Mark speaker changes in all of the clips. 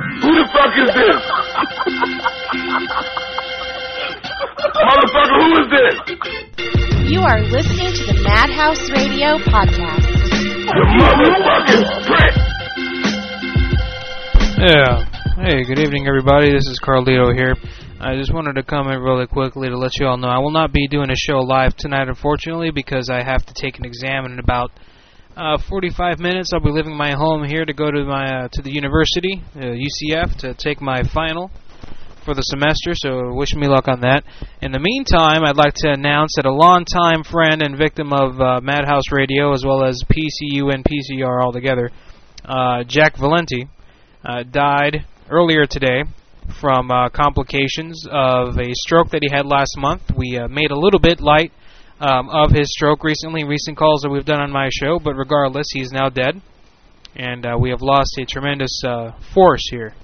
Speaker 1: fuck is this? Motherfucker, who is this?
Speaker 2: You are listening to the Madhouse Radio podcast.
Speaker 1: You motherfucking prick!
Speaker 3: Yeah. Hey, good evening, everybody. This is Carlito here. I just wanted to come in really quickly to let you all know I will not be doing a show live tonight, unfortunately, because I have to take an exam in about uh, 45 minutes. I'll be leaving my home here to go to my uh, to the university, uh, UCF, to take my final for the semester. So wish me luck on that. In the meantime, I'd like to announce that a longtime friend and victim of uh, Madhouse Radio, as well as PCU and PCR altogether, uh, Jack Valenti uh, died earlier today from uh, complications of a stroke that he had last month. We uh, made a little bit light um, of his stroke recently, recent calls that we've done on my show, but regardless, he's now dead. And uh, we have lost a tremendous uh, force here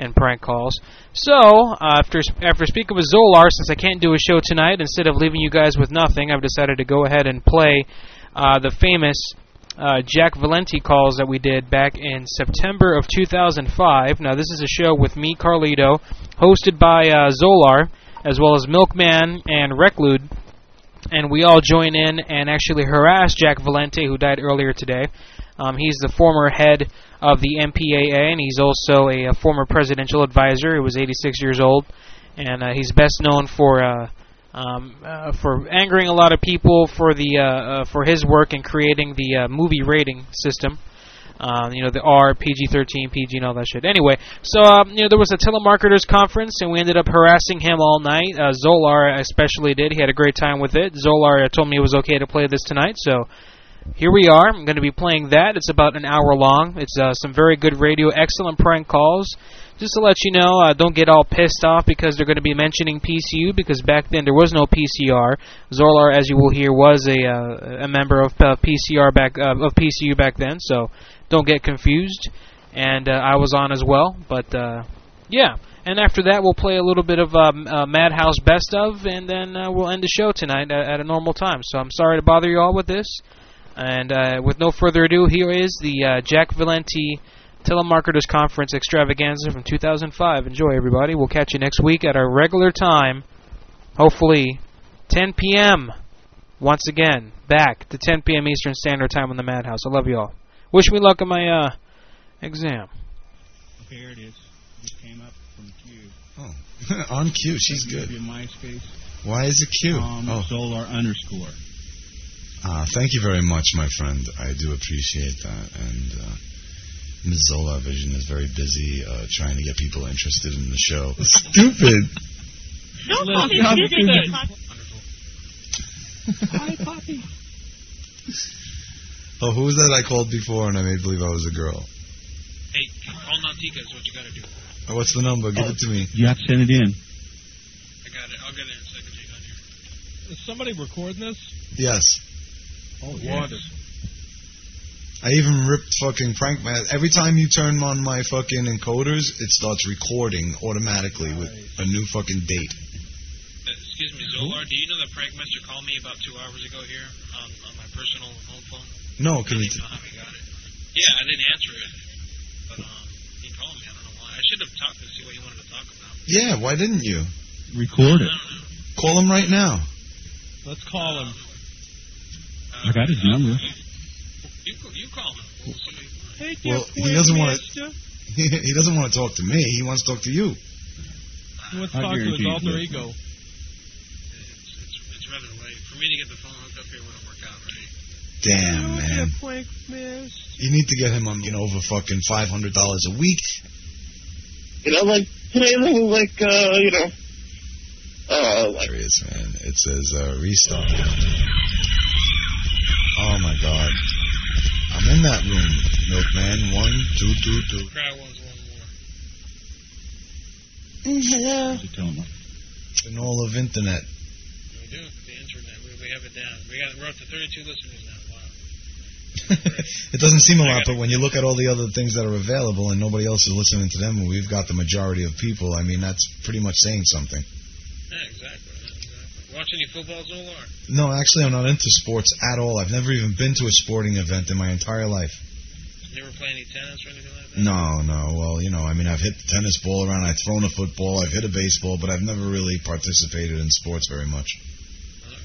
Speaker 3: in prank calls. So, uh, after, after speaking with Zolar, since I can't do a show tonight, instead of leaving you guys with nothing, I've decided to go ahead and play uh, the famous uh, Jack Valenti calls that we did back in September of 2005. Now, this is a show with me, Carlito, hosted by uh, Zolar, as well as Milkman and Reclude. And we all join in and actually harass Jack Valente, who died earlier today. Um, he's the former head of the MPAA, and he's also a, uh, former presidential advisor. He was 86 years old, and uh, he's best known for uh, um, uh, for angering a lot of people for the uh, uh, for his work in creating the uh, movie rating system. Um, you know the R, PG-13, PG, and all that shit. Anyway, so um, you know there was a telemarketers conference, and we ended up harassing him all night. Uh, Zolar especially did. He had a great time with it. Zolar uh, told me it was okay to play this tonight, so here we are. I'm going to be playing that. It's about an hour long. It's uh, some very good radio, excellent prank calls. Just to let you know, uh, don't get all pissed off because they're going to be mentioning PCU because back then there was no PCR. Zorlar, as you will hear, was a uh, a member of uh, PCR back uh, of PCU back then, so don't get confused. And uh, I was on as well, but uh, yeah. And after that, we'll play a little bit of um, uh, Madhouse Best of, and then uh, we'll end the show tonight at, at a normal time. So I'm sorry to bother you all with this. And uh, with no further ado, here is the uh, Jack Valenti Telemarketers Conference extravaganza from 2005. Enjoy, everybody. We'll catch you next week at our regular time, hopefully 10 p.m. Once again, back to 10 p.m. Eastern Standard Time on the Madhouse. I love you all. Wish me luck on my uh, exam.
Speaker 4: Okay, here it is. Just came up from Cube.
Speaker 5: Oh, on cue. She's
Speaker 4: Give
Speaker 5: good.
Speaker 4: you MySpace.
Speaker 5: Why is it cute?
Speaker 4: Um,
Speaker 5: Oh,
Speaker 4: Solar underscore.
Speaker 5: ah, thank you very much, my friend. I do appreciate that. And uh, Ms. Zola Vision is very busy uh, trying to get people interested in the show. Stupid.
Speaker 6: Don't
Speaker 4: Look,
Speaker 6: copy
Speaker 4: copy
Speaker 6: music
Speaker 4: that.
Speaker 6: and copy-
Speaker 5: Oh, who was that I called before and I made believe I was a girl?
Speaker 7: Hey, call Nautica is what you gotta do. I
Speaker 5: Oh, what's the number? Give it to
Speaker 7: Oh.
Speaker 5: me.
Speaker 4: You have to send it in.
Speaker 7: got it. I'll get it in a second. Hang on here.
Speaker 8: Is somebody recording this?
Speaker 5: Yes.
Speaker 4: Oh,
Speaker 5: I even ripped fucking prank man. Every time you turn on my fucking encoders, it starts recording automatically with a new fucking date.
Speaker 7: Uh, excuse me, Zolar, do you know that Prankmaster called me about two hours ago here on, on my personal home phone?
Speaker 5: No,
Speaker 7: I
Speaker 5: can
Speaker 7: don't
Speaker 5: you?
Speaker 7: even
Speaker 5: T-
Speaker 7: know how he got it. Yeah, I didn't answer it. But um, he called me. I don't know why. I should have talked to see what he wanted to talk about.
Speaker 5: yeah. Why didn't you
Speaker 4: Record it.
Speaker 7: I don't know.
Speaker 5: call him right now?
Speaker 8: Let's call him.
Speaker 7: Uh,
Speaker 4: I got his
Speaker 7: uh,
Speaker 4: number.
Speaker 7: You, you, you call him. We'll see.
Speaker 8: Hey,
Speaker 5: Well,
Speaker 8: you
Speaker 5: he doesn't wanna-
Speaker 8: mister.
Speaker 5: he doesn't want to talk to me. He wants to talk to you.
Speaker 8: He wants
Speaker 4: I
Speaker 8: to talk to his
Speaker 4: guarantee
Speaker 8: alter
Speaker 4: he's
Speaker 8: ego.
Speaker 7: It's, it's, it's rather late. For me to get the phone hooked up here wouldn't work out, right?
Speaker 5: Damn, man.
Speaker 8: Frank, miss.
Speaker 5: You need to get him on, you know, over fucking five hundred dollars a week.
Speaker 6: You know, like today, little like uh, you know, uh, like
Speaker 5: There he is, man. It says uh, restart. Oh my god. I'm in that room, milkman. One, two, two, two.
Speaker 7: Try one one more.
Speaker 6: hello.
Speaker 4: Just tell him.
Speaker 5: And all of internet.
Speaker 7: We do the internet. We, we have it down. We got we're up to 32 listeners now. Wow.
Speaker 5: it doesn't seem a lot, but when you look at all the other things that are available and nobody else is listening to them, and we've got the majority of people. I mean, that's pretty much saying something.
Speaker 7: Yeah, exactly. yeah, exactly. Watch any football, Zolar?
Speaker 5: No, actually, I'm not into sports at all. I've never even been to a sporting event in my entire life.
Speaker 7: You never play any tennis or anything like that?
Speaker 5: No, no. Well, you know, I mean, I've hit the tennis ball around, I've thrown a football, I've hit a baseball, but I've never really participated in sports very much.
Speaker 7: Alright,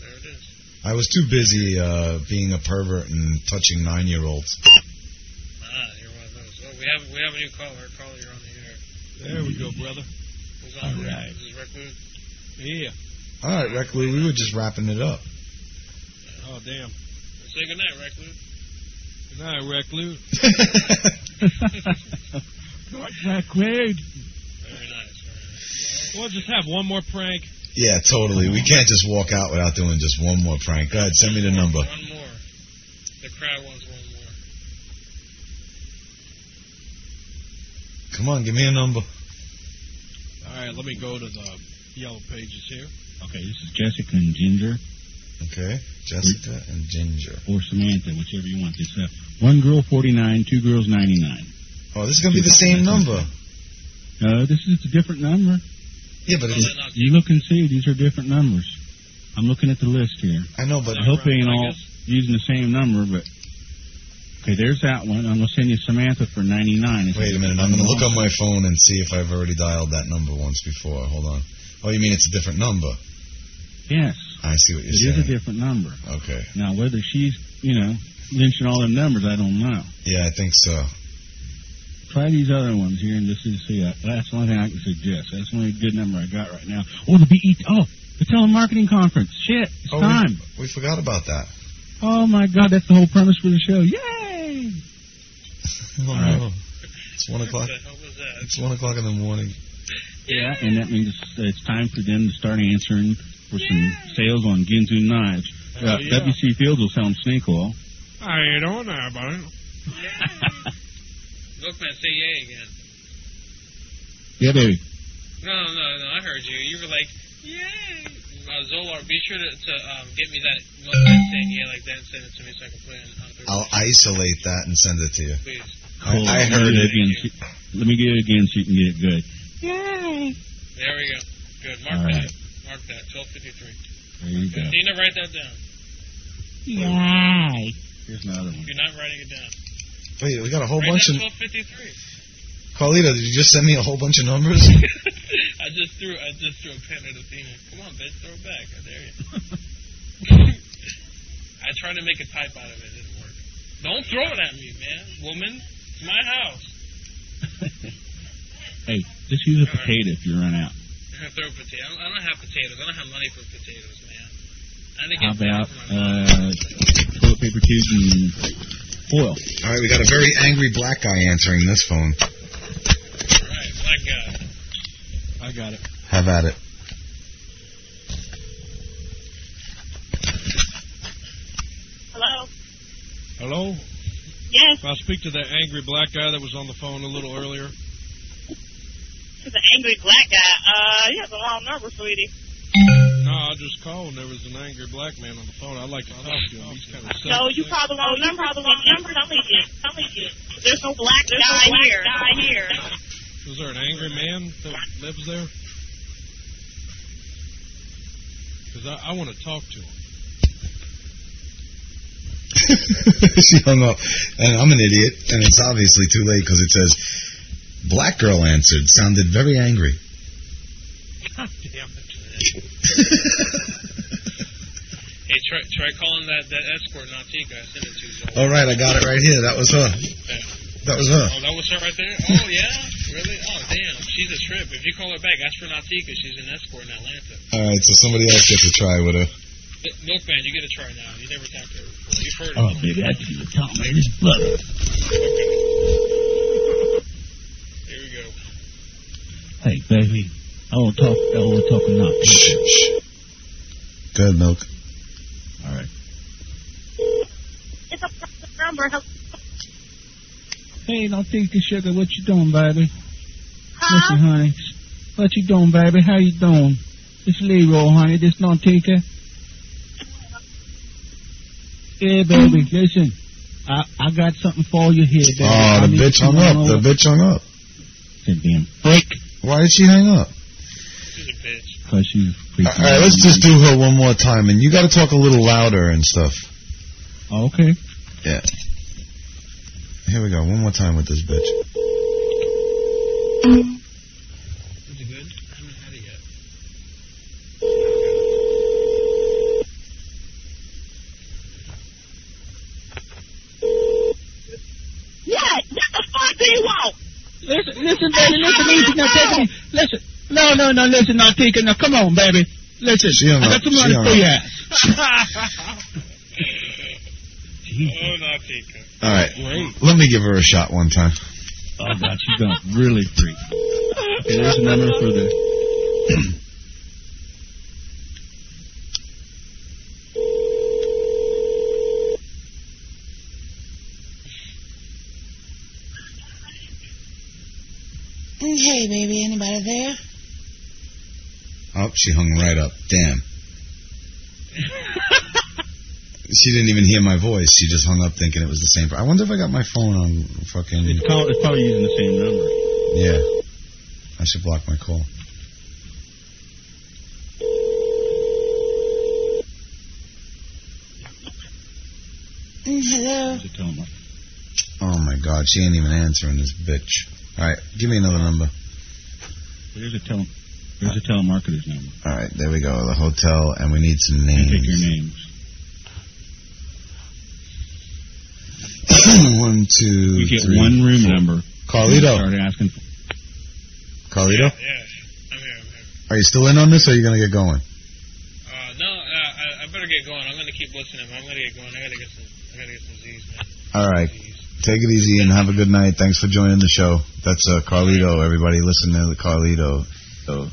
Speaker 7: There it is.
Speaker 5: I was too busy uh, being a pervert and touching nine-year-olds.
Speaker 7: Ah, you're one of those. Oh, we have we have a new caller. Caller, you're on the air.
Speaker 9: There we go, brother.
Speaker 7: Who's on the air?
Speaker 9: Alright.
Speaker 7: This is Rick Moon.
Speaker 9: Yeah.
Speaker 5: All right, Reckley, we were just wrapping it up.
Speaker 9: Oh, damn.
Speaker 7: Say goodnight, Rick Moon.
Speaker 9: Good night, recluse.
Speaker 7: Very nice.
Speaker 9: We'll just have one more prank.
Speaker 5: yeah, totally. We can't just walk out without doing just one more prank. Go ahead, send me the number.
Speaker 7: One more. The crowd wants one more.
Speaker 5: Come on, give me a number.
Speaker 9: All right, let me go to the yellow pages here.
Speaker 8: Okay, this is Jessica and Ginger,
Speaker 5: Okay, Jessica and Ginger.
Speaker 8: or Samantha, whichever you want. It's uh, one girl 49, two girls 99.
Speaker 5: Oh, this is gonna be the same number.
Speaker 8: Uh, this is a different number.
Speaker 5: Yeah, but
Speaker 7: Well,
Speaker 5: it's,
Speaker 7: then I'll-
Speaker 8: You look and see, these are different numbers. I'm looking at the list here.
Speaker 5: I know, but
Speaker 8: I hope they ain't
Speaker 9: I
Speaker 8: all using the same number, but. Okay, there's that one. I'm going to send you Samantha for 99. It's
Speaker 5: wait a minute. I'm gonna look on my phone and see if I've already dialed that number once before. Hold on. Oh, you mean it's a different number?
Speaker 8: Yes,
Speaker 5: I see what you're
Speaker 8: it is a
Speaker 5: saying.
Speaker 8: different number.
Speaker 5: Okay.
Speaker 8: Now, whether she's, you know, lynching all them numbers, I don't know.
Speaker 5: Yeah, I think so.
Speaker 8: Try these other ones here and just see- see. Uh, that's the only thing I can suggest. That's the only good number I got right now. Oh, the BET. Oh, the telemarketing conference. Shit, it's
Speaker 5: Oh,
Speaker 8: time.
Speaker 5: We, we forgot about that.
Speaker 8: Oh my God, that's the whole premise for the show. Yay!
Speaker 5: Oh,
Speaker 8: right.
Speaker 5: no. It's one
Speaker 7: What
Speaker 5: o'clock.
Speaker 7: the hell was that?
Speaker 5: It's one o'clock in the morning.
Speaker 8: Yeah, and that means it's, it's time for them to start answering for some sales on Ginzu knives. Uh,
Speaker 9: Hell yeah.
Speaker 8: WC Fields will sell them snake oil.
Speaker 9: I don't know about it.
Speaker 7: Milkman, say yay again.
Speaker 8: yeah, baby.
Speaker 7: No, no, no. I heard you. You were like, yay. Uh, Zolar, be sure to, to um, get me that Milkman saying yay like that and send it to me so I can play it on Thursday.
Speaker 5: I'll isolate that and send it to you.
Speaker 7: Please.
Speaker 5: I, I
Speaker 8: Let me
Speaker 5: heard
Speaker 8: get
Speaker 5: it.
Speaker 8: Again. See- Let me get it again so you can get it good.
Speaker 7: There we go. Good. Mark
Speaker 8: All
Speaker 7: that.
Speaker 8: right.
Speaker 7: Mark that. 1253.
Speaker 8: There you go.
Speaker 7: Dina, write that down.
Speaker 8: Here's another one.
Speaker 7: If you're not writing it down.
Speaker 5: Wait, we got a whole
Speaker 7: Right
Speaker 5: bunch of.
Speaker 7: now, 1253.
Speaker 5: Carlito, did you just send me a whole bunch of numbers?
Speaker 7: I just threw I just threw a pen at Athena. Come on, bitch, throw it back. I dare you. I tried to make a type out of it. It didn't work. Don't throw it at me, man. Woman, it's my house.
Speaker 8: hey, just use a potato if you run out.
Speaker 7: throw potato. I don't, I don't have potatoes. I don't have money for potatoes, man. I didn't
Speaker 8: How
Speaker 7: get money
Speaker 8: about
Speaker 7: for my mom.
Speaker 8: uh, toilet paper tubes and foil?
Speaker 5: All right, we got a very angry black guy answering this phone.
Speaker 7: Right, black guy.
Speaker 9: uh, I got it.
Speaker 5: Have at it.
Speaker 10: Hello.
Speaker 9: Hello?
Speaker 10: Yes,
Speaker 9: Can I speak to that angry black guy that was on the phone a little earlier?
Speaker 10: this is an angry black guy. Uh, you have a long number, sweetie.
Speaker 9: No, I just called and there was an angry black man on the phone. I'd like to talk to him. He's kind of sick.
Speaker 10: No, you called the wrong number. You Oh, called the wrong number. Telling you, telling you. There's no black guy here. Guy here.
Speaker 9: Is there an angry man that lives there? Because I, I want to talk to him.
Speaker 5: she hung up, and I'm an idiot, and it's obviously too late because it says, "Black girl answered." Sounded very angry.
Speaker 9: God damn it.
Speaker 7: Hey, try, try calling that, that escort Nautica I sent it to. Zoe.
Speaker 5: All right, I got it right here. That was her. That was her.
Speaker 7: Oh, that was her right there? Oh, yeah? Really? Oh, damn. She's a trip. If you call her back, ask for Nautica. She's an escort in Atlanta.
Speaker 5: All right, so somebody else gets a try with her.
Speaker 7: Mil- Milkman, you get a try now. You never talked to her. before. You've heard
Speaker 8: Oh,
Speaker 7: of her.
Speaker 8: baby, I just talk man, this butter.
Speaker 7: Here we go.
Speaker 8: Hey, baby, I want to talk. I want to talk enough.
Speaker 5: Shh, shh. Go ahead, milk.
Speaker 8: All right.
Speaker 10: It's a private number. Hello.
Speaker 8: Hey, don't think of sugar. What you doing, baby? Listen,
Speaker 10: Huh?
Speaker 8: honey. What you doing, baby? How you doing? It's Leroy, honey. This not Tika. Yeah, baby. Listen, I I got something for you here, baby.
Speaker 5: Oh,
Speaker 8: I
Speaker 5: the
Speaker 8: need
Speaker 5: bitch
Speaker 8: you
Speaker 5: hung
Speaker 8: to
Speaker 5: up.
Speaker 8: run
Speaker 5: The
Speaker 8: over-
Speaker 5: bitch hung up.
Speaker 8: Said damn freak.
Speaker 5: Why did she hang up?
Speaker 7: She's a bitch.
Speaker 8: Cause she's
Speaker 5: All right, let's just do her one more time, and you got to talk a little louder and stuff.
Speaker 8: Okay.
Speaker 5: Yeah. Here we go. One more time with this bitch.
Speaker 7: Is it good? I haven't had it yet.
Speaker 10: What? What the fuck do you want?
Speaker 8: Listen, listen, baby, listen, easy. Now, take me. Listen. No, no, no, listen, now, Tika. Now, come on, baby. Listen.
Speaker 5: She all
Speaker 8: I
Speaker 5: right.
Speaker 8: got some
Speaker 5: She
Speaker 8: money
Speaker 5: all
Speaker 8: for
Speaker 5: right.
Speaker 8: your ass.
Speaker 7: Oh, not Tika.
Speaker 5: All right. Let me give her a shot one time.
Speaker 8: Oh, God, she's going to really freak. Okay, there's a number for the...
Speaker 11: Hey, baby, anybody there?
Speaker 5: Oh, she hung right up. Damn. she didn't even hear my voice. She just hung up thinking it was the same. I wonder if I got my phone on fucking.
Speaker 8: It's, called, it's probably using the same number.
Speaker 5: Yeah. I should block my call.
Speaker 11: Mm, Hello?
Speaker 8: It's a telemark.
Speaker 5: Oh my god, she ain't even answering this bitch. Alright, give me another number.
Speaker 8: There's a tele... There's a telemarketer's number.
Speaker 5: Alright, there we go. The hotel, and we need some names.
Speaker 8: Pick your names.
Speaker 5: one, two,
Speaker 8: You get
Speaker 5: three.
Speaker 8: one room number.
Speaker 5: Carlito.
Speaker 8: Start asking for...
Speaker 7: Yeah,
Speaker 5: Carlito,
Speaker 7: I'm here, I'm here.
Speaker 5: are you still in on this or are you going to get going?
Speaker 7: Uh, no, uh, I, I better get going. I'm gonna keep listening. I'm gonna get going. I gotta get some. I gotta get some Z's, man.
Speaker 5: Alright,
Speaker 7: Z's.
Speaker 5: take it easy and have a good night. Thanks for joining the show. That's uh, Carlito, everybody. Listen to Carlito. So,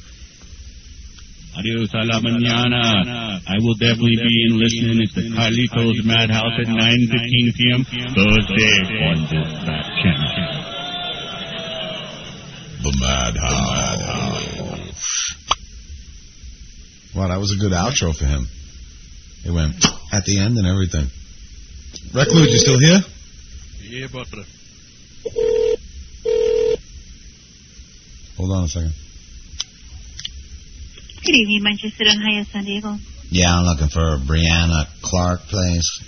Speaker 8: Adios a la mañana. I will definitely be in listening. It's the Carlitos Madhouse at 9.15 p.m. Thursday on this back channel.
Speaker 5: the Madhouse. Wow, that was a good outro for him. It went at the end and everything. Reclude, you still here?
Speaker 12: Yeah, but uh,
Speaker 5: Hold on a second.
Speaker 10: Good evening, Manchester and Hiya San Diego.
Speaker 5: Yeah, I'm looking for Brianna Clark, please.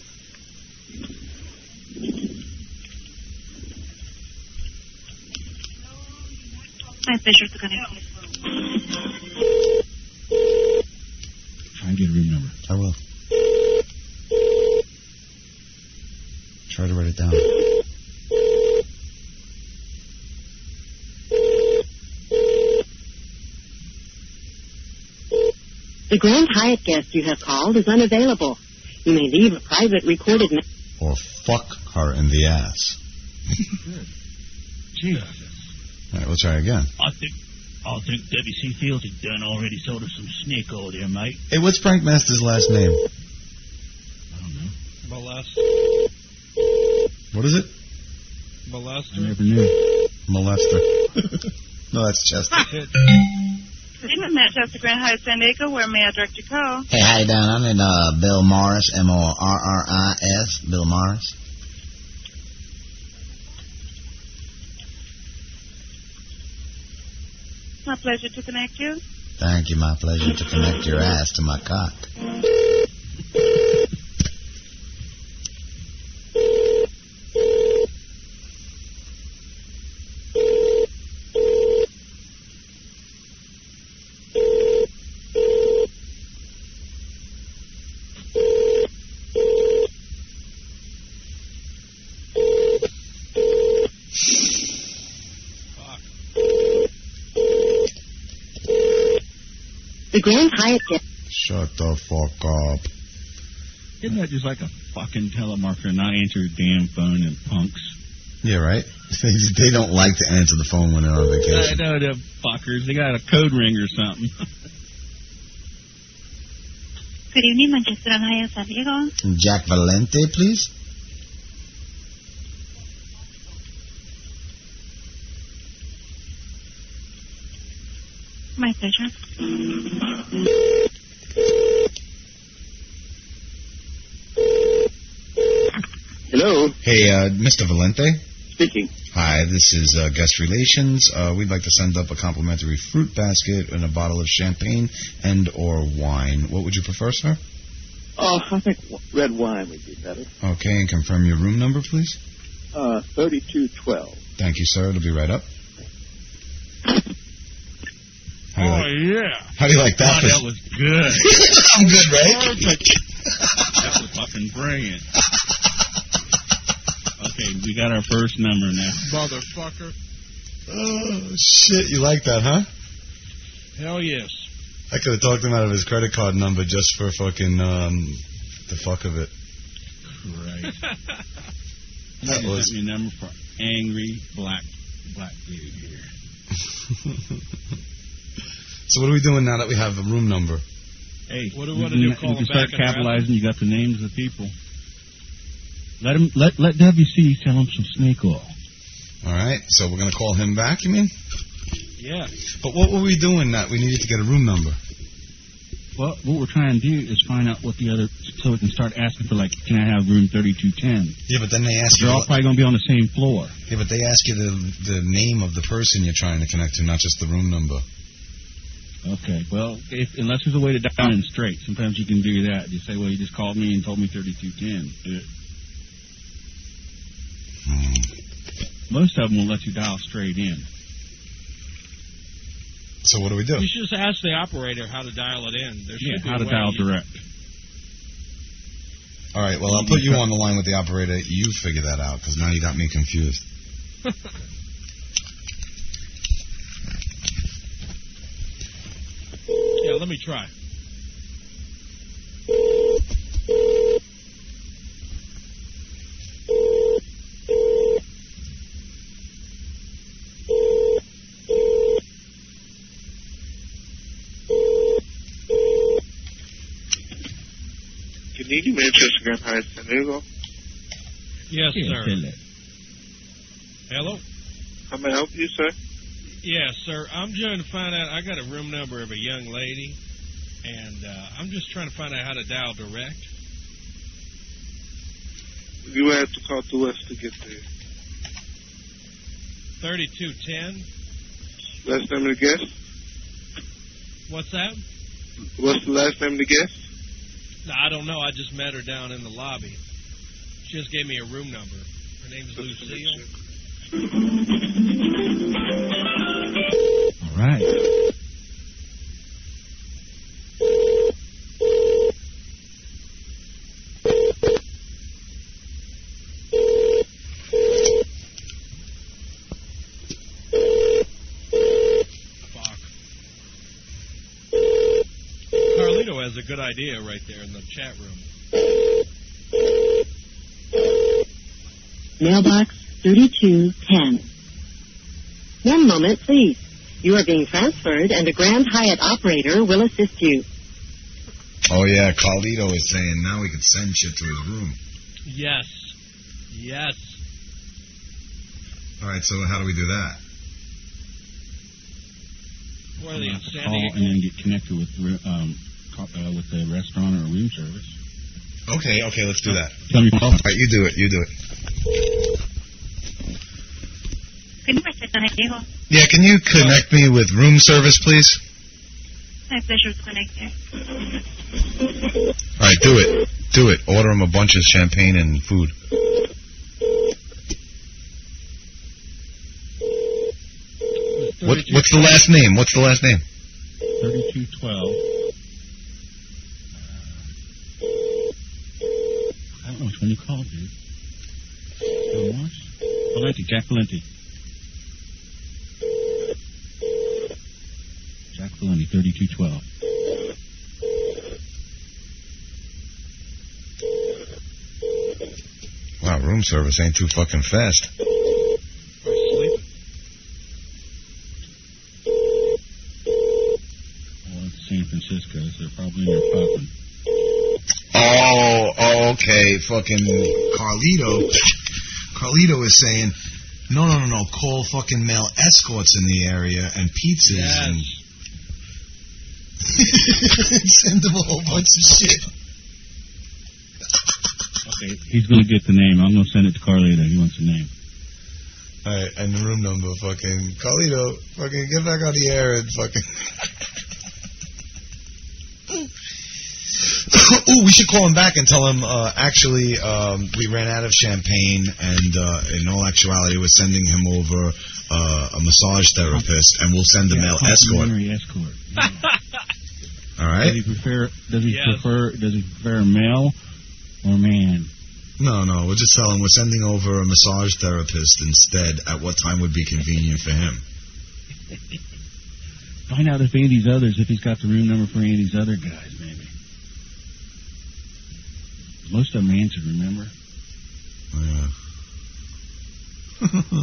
Speaker 10: My pleasure to connect you.
Speaker 8: Try and get a room number.
Speaker 5: I will. Try to write it down.
Speaker 11: The Grand Hyatt guest you have called is unavailable. You may leave a private recorded message.
Speaker 5: Or fuck her in the ass. All right, we'll try again.
Speaker 6: I think I think WC Fields had done already sold us some snake over there, mate.
Speaker 5: Hey, what's Frank Master's last name?
Speaker 7: uh,
Speaker 12: molest,
Speaker 5: What is it?
Speaker 8: I
Speaker 12: molester.
Speaker 8: never knew.
Speaker 5: Molester. no, that's Chester.
Speaker 10: This is Manchester Grand Hyatt San Diego. Where may I direct your call?
Speaker 5: Hey, how you doing? I'm in uh, Bill Morris, M-O-R-R-I-S, Bill Morris.
Speaker 10: My pleasure to connect you.
Speaker 5: Thank you, my pleasure to connect your ass to my cock.
Speaker 11: The Grand Hyatt guest.
Speaker 5: Shut the fuck up.
Speaker 8: Isn't that just like a fucking telemarketer not answer your damn phone and punks?
Speaker 5: Yeah, right? they don't like to answer the phone when they're on
Speaker 8: I
Speaker 5: vacation.
Speaker 8: know them fuckers. They got a code ring or something. Oh,
Speaker 10: Good evening, Manchester and Hiya San Diego.
Speaker 5: Jack Valente, please.
Speaker 10: My pleasure.
Speaker 6: Hello,
Speaker 5: Hey, uh, Mr. Valente.
Speaker 6: speaking.
Speaker 5: Hi, this is uh, Guest Relations. Uh, we'd like to send up a complimentary fruit basket and a bottle of champagne and or wine. What would you prefer, sir?
Speaker 6: Oh, I think w- red wine would be better.
Speaker 5: Okay, and confirm your room number, please.
Speaker 13: uh, 3212.
Speaker 5: Thank you, sir. It'll be right up. How do you like,
Speaker 8: Oh, yeah.
Speaker 5: how do you like that?
Speaker 8: Oh, that was good.
Speaker 5: I'm good, right?
Speaker 8: Perfect. that was fucking brilliant. Okay, we got our first number now.
Speaker 7: Motherfucker.
Speaker 5: Oh, shit. You like that, huh?
Speaker 7: Hell yes.
Speaker 5: I could have talked him out of his credit card number just for fucking um, the fuck of it.
Speaker 8: Right.
Speaker 5: That
Speaker 8: You
Speaker 5: was-
Speaker 8: sent me a number for angry black black dude here.
Speaker 5: So what are we doing now that we have a room number?
Speaker 8: Hey,
Speaker 7: What do we
Speaker 8: you
Speaker 7: wanna
Speaker 8: can-
Speaker 7: do,
Speaker 8: You
Speaker 7: call them
Speaker 8: can
Speaker 7: back
Speaker 8: start
Speaker 7: and harass
Speaker 8: capitalizing. You got the names of the people. Let him. Let let WC sell him some snake oil.
Speaker 5: All right. So we're gonna call him back. You mean?
Speaker 7: Yeah.
Speaker 5: But what were we doing that we needed to get a room number?
Speaker 8: Well, what we're trying to do is find out what the other, so we can start asking for like, can I have room thirty-two ten?
Speaker 5: Yeah, but then they ask
Speaker 8: They're
Speaker 5: you.
Speaker 8: all probably going to be on the same floor.
Speaker 5: Yeah, but they ask you the the name of the person you're trying to connect to, not just the room number.
Speaker 8: Okay. Well, if, unless there's a way to dial in straight, sometimes you can do that. You say, well, you just called me and told me thirty-two ten.
Speaker 5: Hmm.
Speaker 8: Most of them will let you dial straight in.
Speaker 5: So what do we do?
Speaker 7: You should just ask the operator how to dial it in. There
Speaker 8: Yeah,
Speaker 7: should be
Speaker 8: how
Speaker 7: a
Speaker 8: to
Speaker 7: way
Speaker 8: dial
Speaker 7: you-
Speaker 8: direct.
Speaker 5: All right. Well, I'll put you on the line with the operator. You figure that out because now you got me confused.
Speaker 7: Yeah, let me try.
Speaker 6: Can you give me interest in high San Diego?
Speaker 7: Yes, sir. Hello?
Speaker 6: How may I help you, sir?
Speaker 7: Yes, sir. I'm trying to find out. I got a room number of a young lady, and uh, I'm just trying to find out how to dial direct.
Speaker 6: You would have to call the West to get there.
Speaker 7: 3210.
Speaker 6: Last name to guess?
Speaker 7: What's that?
Speaker 6: What's the last name to guess?
Speaker 7: No, I don't know. I just met her down in the lobby. She just gave me a room number. Her name's Lucille.
Speaker 8: All right.
Speaker 7: Carlito has a good idea right there in the chat room.
Speaker 10: Mailbox 3210. One moment, please. You are being transferred, and a Grand Hyatt operator will assist you.
Speaker 5: Oh yeah, Carlito is saying now we can send shit to his room.
Speaker 7: Yes. Yes.
Speaker 5: All right. So how do we do that?
Speaker 7: Where are they in San
Speaker 8: Call
Speaker 7: Diego?
Speaker 8: and then get connected with re- um, co- uh, with the restaurant or room service.
Speaker 5: Okay. Okay. Let's do that.
Speaker 8: Tell me your
Speaker 5: All
Speaker 8: phone.
Speaker 5: right. You do it. You do it.
Speaker 14: Good morning, San Diego.
Speaker 5: Yeah. Can you connect me with room service, please?
Speaker 14: My pleasure to connect you.
Speaker 5: All right. Do it. Do it. Order him a bunch of champagne and food. What, what's the last name? What's the last name?
Speaker 8: Thirty-two twelve. Uh, I don't know which one you called, dude. Bill Morris? Valenti, Jack Valenti. Jack Valenti, thirty-two twelve.
Speaker 5: Wow, room service ain't too fucking fast.
Speaker 8: Well, it's San Francisco, so they're probably in their popping.
Speaker 5: Oh, oh, okay. Fucking Carlito. Carlito is saying, no, no, no, no. Call fucking male escorts in the area and pizzas and send them a whole bunch of shit.
Speaker 8: Okay, he's gonna get the name. I'm gonna send it to Carlito. He wants the name.
Speaker 5: All right, and the room number, fucking Carlito, fucking get back on the air and fucking. Ooh, we should call him back and tell him uh, actually um, we ran out of champagne, and uh, in all actuality, we're sending him over uh, a massage therapist, and we'll send a male escort.
Speaker 8: Complimentary escort.
Speaker 5: All
Speaker 8: Does
Speaker 5: right?
Speaker 8: he prefer? Does he
Speaker 15: Yes.
Speaker 8: prefer? Does he prefer a male or man?
Speaker 5: No, no, we'll just tell him we're sending over a massage therapist instead. At what time would be convenient for him?
Speaker 8: Find out if Andy's others, if he's got the room number for Andy's other guys, maybe. Most of them answered, remember?
Speaker 5: Yeah.
Speaker 6: Hmm.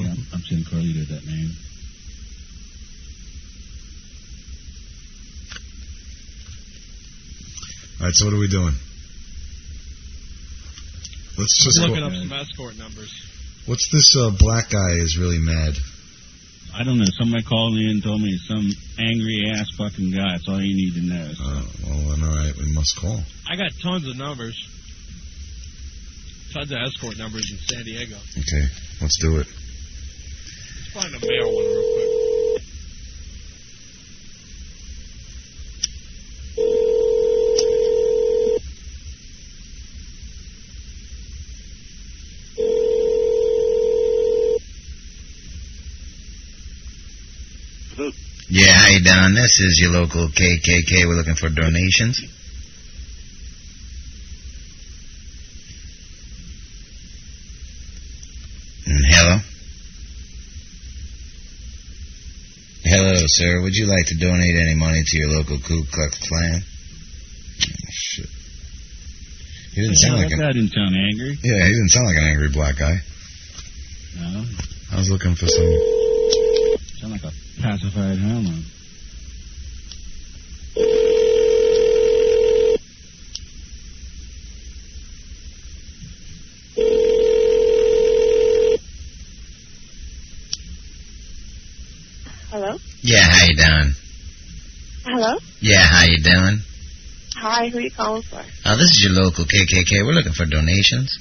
Speaker 8: Yeah, I'm- I'm sending Carlito that name.
Speaker 5: All right, so what are we doing? Let's just.
Speaker 7: Looking
Speaker 5: call-
Speaker 7: up some escort numbers.
Speaker 5: What's this uh, black guy is really mad?
Speaker 8: I don't know. Somebody called in and told me it's some angry ass fucking guy. That's all you need to know.
Speaker 5: Uh, well, then, all right, we must call.
Speaker 7: I got tons of numbers. Tons of escort numbers in San Diego.
Speaker 5: Okay, let's do it.
Speaker 7: Let's find a male one real quick.
Speaker 6: Yeah, hi Don. This is your local KKK. We're looking for donations. Mm, Hello. Hello, sir. Would you like to donate any money to your local Ku Klux Klan? Oh, shit. He didn't sound like
Speaker 8: that
Speaker 6: an
Speaker 8: guy didn't sound angry.
Speaker 6: yeah. He didn't sound like an angry black guy.
Speaker 8: No,
Speaker 6: I was looking for some.
Speaker 8: sound like a pacified homo.
Speaker 10: Hello?
Speaker 6: Yeah, how you doing?
Speaker 10: Hello?
Speaker 6: Yeah, how you doing?
Speaker 10: Hi, who are you calling for?
Speaker 6: Uh, this is your local KKK. We're looking for donations.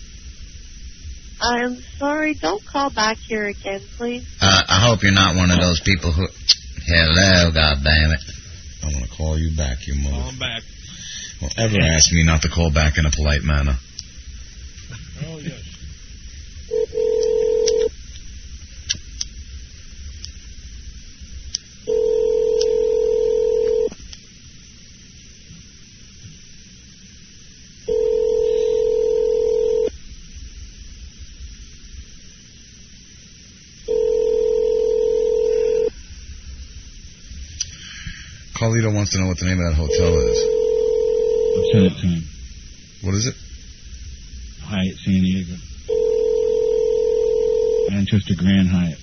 Speaker 10: I'm sorry, don't call back here again, please.
Speaker 6: Uh, I hope you're not one of those people who. Hello, God damn it.
Speaker 5: I want to call you back, you
Speaker 7: Call
Speaker 5: mother.
Speaker 7: him back.
Speaker 5: Don't ever ask me not to call back in a polite manner.
Speaker 7: Oh, yes.
Speaker 5: Carlito wants to know what the name of that hotel is.
Speaker 8: I'll send it to him.
Speaker 5: What is it?
Speaker 8: Hyatt San Diego. Manchester Grand Hyatt.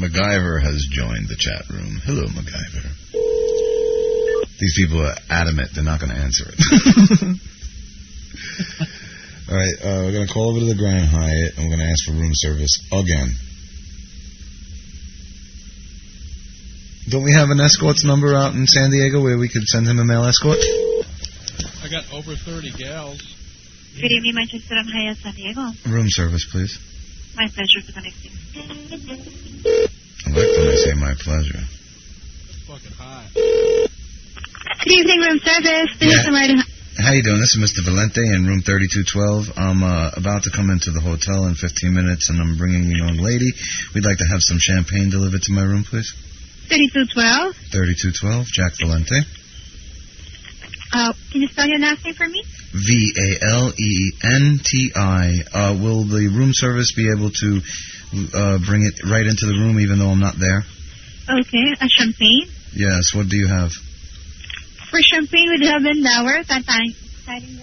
Speaker 5: MacGyver has joined the chat room. Hello, MacGyver. These people are adamant they're not going to answer it. All right, uh, we're going to call over to the Grand Hyatt and we're going to ask for room service again. Don't we have an escort's number out in San Diego where we could send him a male escort?
Speaker 7: I got over 30 gals.
Speaker 10: Good evening, Manchester. I'm Haya San Diego.
Speaker 5: Room service, please.
Speaker 10: My pleasure for connecting.
Speaker 5: I like when they say my pleasure.
Speaker 7: That's fucking hot.
Speaker 16: Good evening, room service. This
Speaker 5: Yeah.
Speaker 16: is Samaritan.
Speaker 5: How you doing? This is Mr. Valente in room 3212. I'm uh, about to come into the hotel in 15 minutes, and I'm bringing a young lady. We'd like to have some champagne delivered to my room, please.
Speaker 16: 3212.
Speaker 5: 3212, Jack Valente.
Speaker 16: Uh, can you spell your last name for me?
Speaker 5: V A L E N T I. Uh, will the room service be able to uh, bring it right into the room, even though I'm not there?
Speaker 10: Okay, a champagne.
Speaker 5: Yes. What do you have?
Speaker 10: For champagne, we do have in Dower, Tatang, Tatang,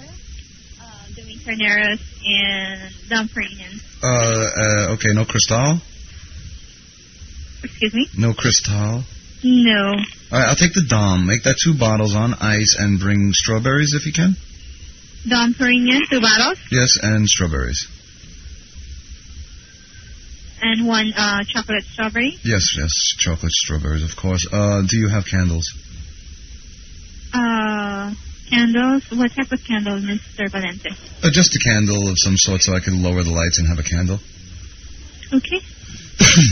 Speaker 10: uh, doing Carneros, and Dumfries.
Speaker 5: Uh, uh, okay. No cristal.
Speaker 10: Excuse me?
Speaker 5: No cristal.
Speaker 10: No.
Speaker 5: All right. I'll take the dom. Make that two bottles on ice, and bring strawberries if you can.
Speaker 10: Dom Perignon, two bottles,
Speaker 5: Yes, and strawberries.
Speaker 10: and one uh, chocolate strawberry.
Speaker 5: Yes, yes, chocolate strawberries, of course. Uh, do you have candles?
Speaker 10: Uh, candles. What type of candles, Mr. Valente?
Speaker 5: Uh, just a candle of some sort, so I can lower the lights and have a candle.
Speaker 10: Okay.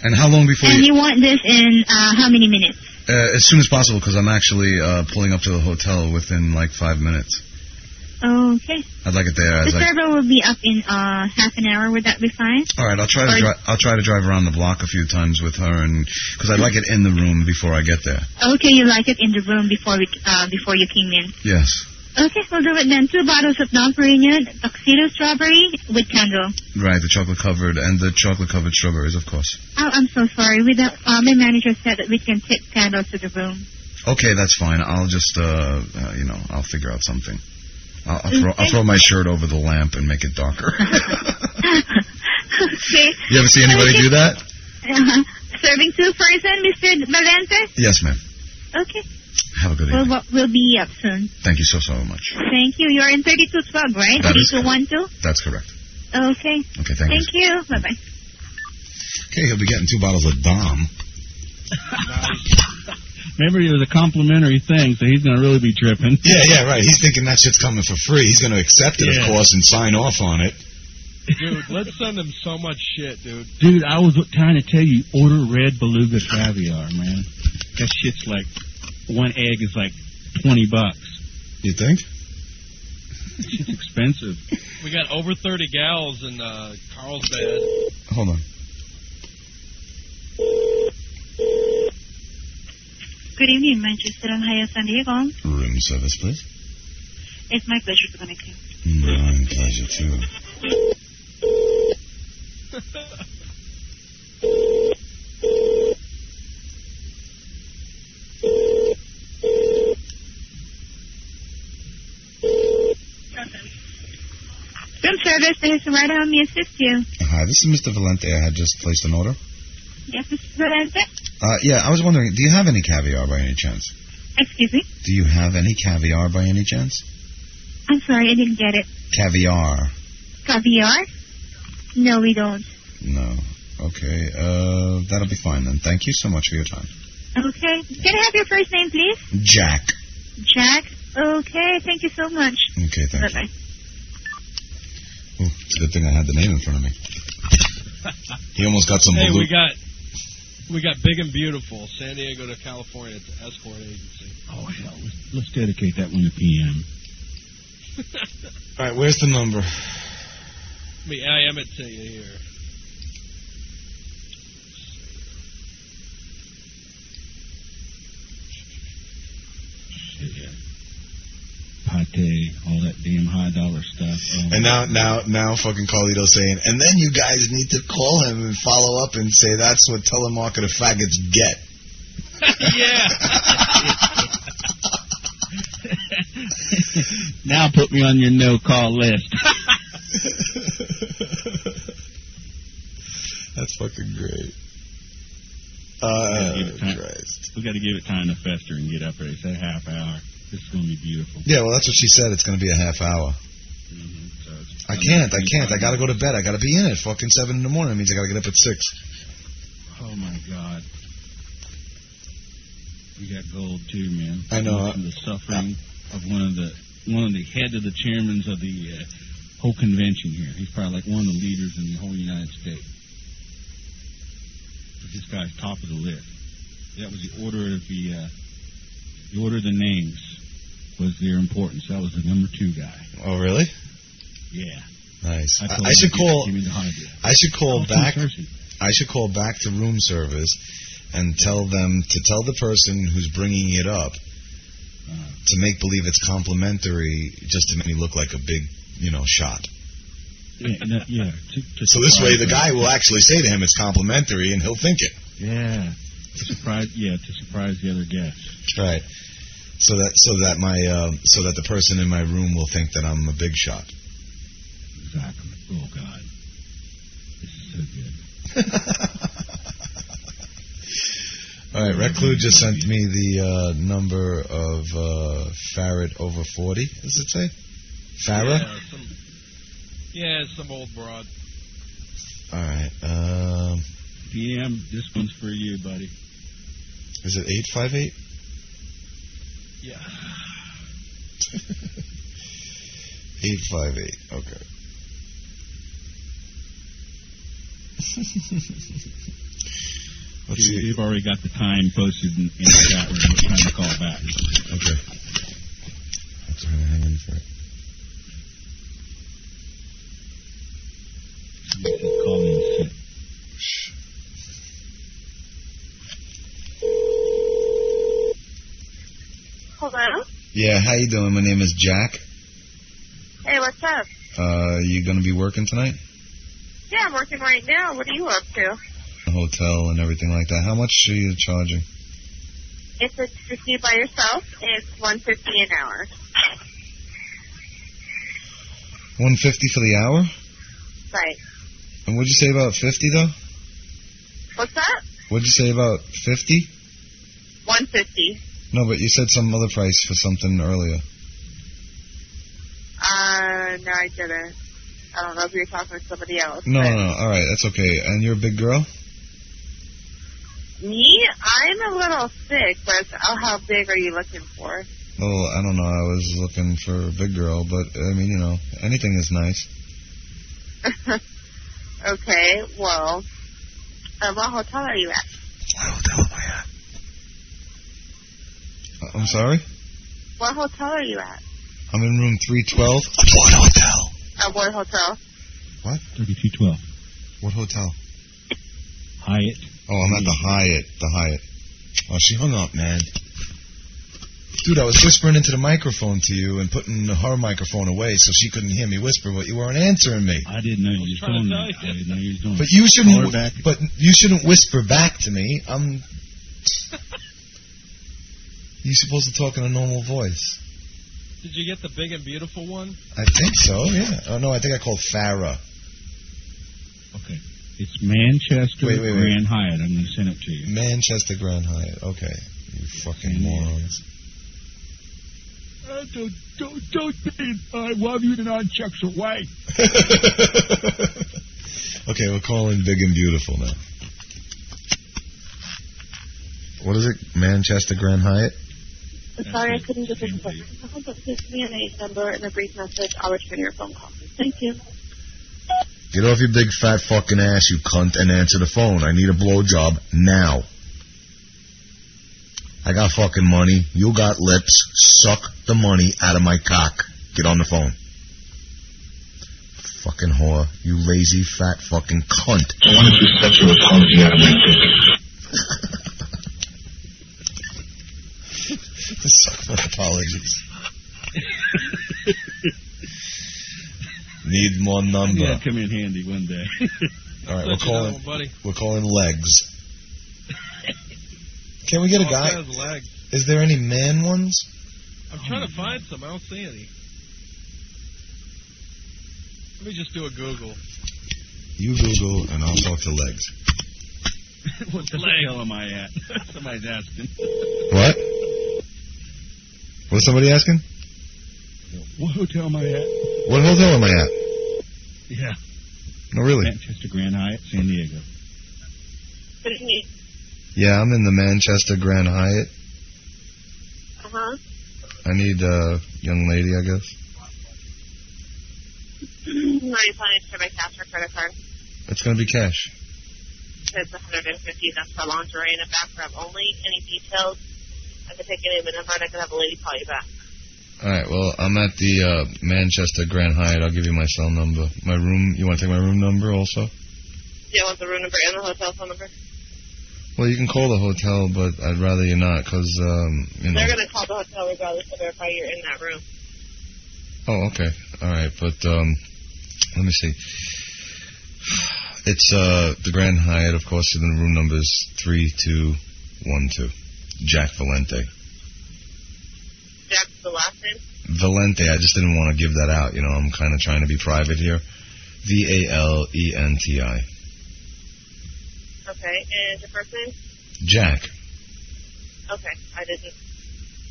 Speaker 5: And how long before
Speaker 10: And
Speaker 5: you?
Speaker 10: you want this in uh, how many minutes?
Speaker 5: Uh, as soon as possible, because I'm actually uh, pulling up to the hotel within like five minutes.
Speaker 10: Okay.
Speaker 5: I'd like it there.
Speaker 10: The
Speaker 5: I'd like.
Speaker 10: server will be up in uh, half an hour. Would that be fine?
Speaker 5: All right, I'll try to
Speaker 10: Or-
Speaker 5: dri- I'll try to drive around the block a few times with her, and because I'd like it in the room before I get there.
Speaker 10: Okay, you like it in the room before we, uh, before you came in.
Speaker 5: Yes,
Speaker 10: Okay, we'll do it then. Two bottles of non-Peruvian tuxedo strawberry with candle.
Speaker 5: right. The chocolate covered and the chocolate covered strawberries, of course.
Speaker 10: Oh, I'm so sorry. With the, uh, my manager said that we can take candles to the room.
Speaker 5: Okay, that's fine. I'll just uh, uh you know I'll figure out something. I'll, I'll, throw, I'll throw my shirt over the lamp and make it darker.
Speaker 10: okay.
Speaker 5: you ever see anybody do that?
Speaker 10: Uh-huh. Serving two person, Mr. Valente?
Speaker 5: Yes, ma'am.
Speaker 10: Okay.
Speaker 5: Have a good evening.
Speaker 10: We'll, we'll be up soon.
Speaker 5: Thank you so so much.
Speaker 10: Thank you. You're in 3212, right?
Speaker 5: That is
Speaker 10: 3212?
Speaker 5: That's correct.
Speaker 10: Okay.
Speaker 5: Okay, thank you.
Speaker 10: Thank you. Bye-bye.
Speaker 5: Okay, he'll be getting two bottles of Dom.
Speaker 8: Remember, it was a complimentary thing, so he's gonna really be tripping.
Speaker 5: Yeah, yeah, right. He's thinking that shit's coming for free. He's going to accept it,
Speaker 8: Yeah.
Speaker 5: of course, and sign off on it.
Speaker 8: dude. Let's send him so much shit, dude. Dude, I was trying to tell you, order red beluga caviar, man. That shit's like one egg is like twenty bucks.
Speaker 5: You think?
Speaker 8: It's expensive.
Speaker 7: We got over 30 gals in uh, Carlsbad.
Speaker 5: Hold on.
Speaker 10: Good evening, Manchester and Hyatt San Diego.
Speaker 5: Room service, please.
Speaker 10: It's my pleasure to connect you.
Speaker 5: My pleasure, too.
Speaker 10: Room service, this is Loretta. How may I assist you?
Speaker 5: Hi, this is Mr. Valente. I had just placed an order.
Speaker 10: Yes, Mr. Valente?
Speaker 5: Uh, yeah, I was wondering, do you have any caviar by any chance?
Speaker 10: Excuse me?
Speaker 5: Do you have any caviar by any chance?
Speaker 10: I'm sorry, I didn't get it.
Speaker 5: Caviar.
Speaker 10: Caviar? No, we don't.
Speaker 5: No. Okay, uh, that'll be fine then. Thank you so much for your time.
Speaker 10: Okay. Can I have your first name, please?
Speaker 5: Jack.
Speaker 10: Jack? Okay, thank you so much.
Speaker 5: Okay, thank you.
Speaker 10: Bye-bye.
Speaker 5: Ooh, it's a good thing I had the name in front of me. He almost got some
Speaker 7: Hey,
Speaker 5: balut.
Speaker 7: we got we got big and beautiful San Diego to California at the escort agency.
Speaker 8: Oh hell, let's, let's dedicate that one to PM.
Speaker 5: All right, where's the number?
Speaker 7: I mean, I am it to you here.
Speaker 8: Yeah. Pate, all that damn high dollar stuff. Oh,
Speaker 5: And now, now, now, fucking Carlito saying, and then you guys need to call him and follow up and say that's what telemarketer faggots get.
Speaker 8: now put me on your no call list.
Speaker 5: That's fucking great. Uh,
Speaker 8: We gotta give it time- we got to give it time to fester and get up there. It's a half hour. This is going to be beautiful.
Speaker 5: yeah, well, that's what she said. It's going to be a half hour.
Speaker 8: Mhm. So it's-
Speaker 5: I can't. I can't. I got to go to bed. I got to be in at fucking seven in the morning. It means I got to get up at six.
Speaker 8: Oh my God. We got gold too, man.
Speaker 5: I know.
Speaker 8: From the suffering of one of the one of the head of the chairmans of the uh, whole convention here. He's probably like one of the leaders in the whole United States. But this guy's top of the list. That was the order of the uh, the order of the names was their importance. That was the number two guy.
Speaker 5: Oh, really?
Speaker 8: Yeah.
Speaker 5: Nice.
Speaker 8: told
Speaker 5: I, I should
Speaker 8: him, "Yeah,
Speaker 5: call.
Speaker 8: Give me the high Oh, bill."
Speaker 5: I should
Speaker 8: I
Speaker 5: call
Speaker 8: was too
Speaker 5: back.
Speaker 8: thirsty.
Speaker 5: I should call back to room service and tell them to tell the person who's bringing it up
Speaker 8: Uh,
Speaker 5: to make believe it's complimentary just to make me look like a big, you know, shot.
Speaker 8: yeah, no, yeah. to- to
Speaker 5: So this way the
Speaker 8: surprise
Speaker 5: guy
Speaker 8: him.
Speaker 5: will actually say to him it's complimentary and he'll think it.
Speaker 8: Yeah. To surprise, yeah, to surprise the other guests.
Speaker 5: Right. So that so that my uh, so that the person in my room will think that I'm a big shot.
Speaker 8: Exactly. Oh God, this is so good.
Speaker 5: All right, Reclue just sent me the uh, number of uh, Farad over 40, does it say? Farah?
Speaker 7: Yeah, some, yeah, some old broad.
Speaker 5: All right. Um,
Speaker 8: PM, this one's for you, buddy.
Speaker 5: is it 858?
Speaker 7: Yeah.
Speaker 5: 858. Okay.
Speaker 17: Let's
Speaker 8: see. You've already got the time posted in, in the chat room. It's time to call back.
Speaker 5: Okay. I'm trying to hang in for it.
Speaker 8: Call me and sit.
Speaker 10: Hello?
Speaker 5: Yeah, how you doing? My name is Jack.
Speaker 10: Hey, what's up?
Speaker 5: Uh, you gonna be working tonight?
Speaker 10: Yeah, I'm working right now. What are you up to?
Speaker 5: Hotel and everything like that. How much are you charging?
Speaker 10: If it's just you by yourself, it's one fifty an hour.
Speaker 5: One fifty for the hour?
Speaker 10: Right.
Speaker 5: And what'd you say about fifty though?
Speaker 10: What's up?
Speaker 5: What'd you say about fifty?
Speaker 10: One fifty.
Speaker 5: No, but you said some other price for something earlier.
Speaker 10: Uh, no, I didn't. I don't know if you're talking to somebody else.
Speaker 5: No, no, no. All right, that's okay. And you're a big girl.
Speaker 10: Me, I'm a little thick, but oh, how big are you looking for?
Speaker 5: Well, I don't know. I was looking for a big girl, but I mean, you know, anything is nice.
Speaker 10: okay, well, uh, what hotel are you at?
Speaker 5: I- I'm sorry.
Speaker 10: What hotel are you at?
Speaker 5: I'm in room three twelve.
Speaker 10: At Uh, what hotel?
Speaker 5: What?
Speaker 8: Thirty-two twelve.
Speaker 5: What hotel?
Speaker 8: Hyatt.
Speaker 5: Oh, I'm at the Hyatt. The Hyatt. Oh, she hung up, man. Dude, I was whispering into the microphone to you and putting her microphone away so she couldn't hear me whisper, but you weren't answering me.
Speaker 8: I didn't know you were doing that. I didn't know you were doing
Speaker 5: But you shouldn't.
Speaker 8: Call her back.
Speaker 5: But you shouldn't whisper back to me. I'm. You're supposed to talk in a normal voice.
Speaker 7: Did you get the big and beautiful one?
Speaker 5: I think so. Yeah. Oh no, I think I called Farah.
Speaker 8: Okay. It's Manchester
Speaker 5: Wait, wait, wait.
Speaker 8: Grand Hyatt. I'm going to send it to you.
Speaker 5: Manchester Grand Hyatt. Okay. You fucking morons.
Speaker 8: Uh, don't, don't, don't be, I love you to non-checks away.
Speaker 5: Okay, we're calling Big and Beautiful now. What is it? Manchester Grand Hyatt.
Speaker 10: Sorry, I couldn't get this question. Give me an A number and a brief message. I'll return your phone call. Thank you.
Speaker 5: Get off your big fat fucking ass, you cunt, and answer the phone. I need a blowjob now. I got fucking money. You got lips. Suck the money out of my cock. Get on the phone. Fucking whore. You lazy fat fucking cunt. I want to suck your apology out of my dick. suck my apologies. Need more number.
Speaker 8: Yeah, come in handy one day.
Speaker 5: All right,
Speaker 8: Let
Speaker 5: we're
Speaker 8: you know,
Speaker 5: calling.
Speaker 8: buddy.
Speaker 5: We're calling legs. Can we get a
Speaker 7: All
Speaker 5: guy?
Speaker 7: kinds of legs.
Speaker 5: Is there any man ones?
Speaker 7: I'm trying to find some. I don't see any. Let me just do a Google.
Speaker 5: You Google and I'll talk to legs.
Speaker 8: what the hell am I at? Somebody's asking.
Speaker 5: What? What's somebody asking?
Speaker 8: What hotel am I at?
Speaker 5: What hotel am I at?
Speaker 8: Yeah.
Speaker 5: No, really.
Speaker 8: Manchester Grand Hyatt, San Diego.
Speaker 5: Yeah, I'm in the Manchester Grand Hyatt.
Speaker 10: Uh huh.
Speaker 5: I need a young lady, I guess.
Speaker 10: Are you planning to pay by cash or credit card?
Speaker 5: It's gonna be cash.
Speaker 10: It's 150. That's for lingerie and a back rub only. Any details? I could take any of the number and I could have a lady call you back.
Speaker 5: All right. Well, I'm at the uh, Manchester Grand Hyatt. I'll give you my cell number. My room. You want to take my room number also?
Speaker 10: Do you want the room number and the hotel phone number?
Speaker 5: Well, you can call the hotel, but I'd rather you not, cause um, you know.
Speaker 10: They're going to call the hotel regardless to verify you're in that room.
Speaker 5: Oh, okay. All right, but um, let me see. It's uh the Grand Hyatt, of course, and the room number is three two one two. Jack Valente.
Speaker 10: Jack's the last name?
Speaker 5: Valente. I just didn't want to give that out. You know, I'm kind of trying to be private here. V A L E N T I.
Speaker 10: Okay. And your first name?
Speaker 5: Jack.
Speaker 10: Okay. I didn't.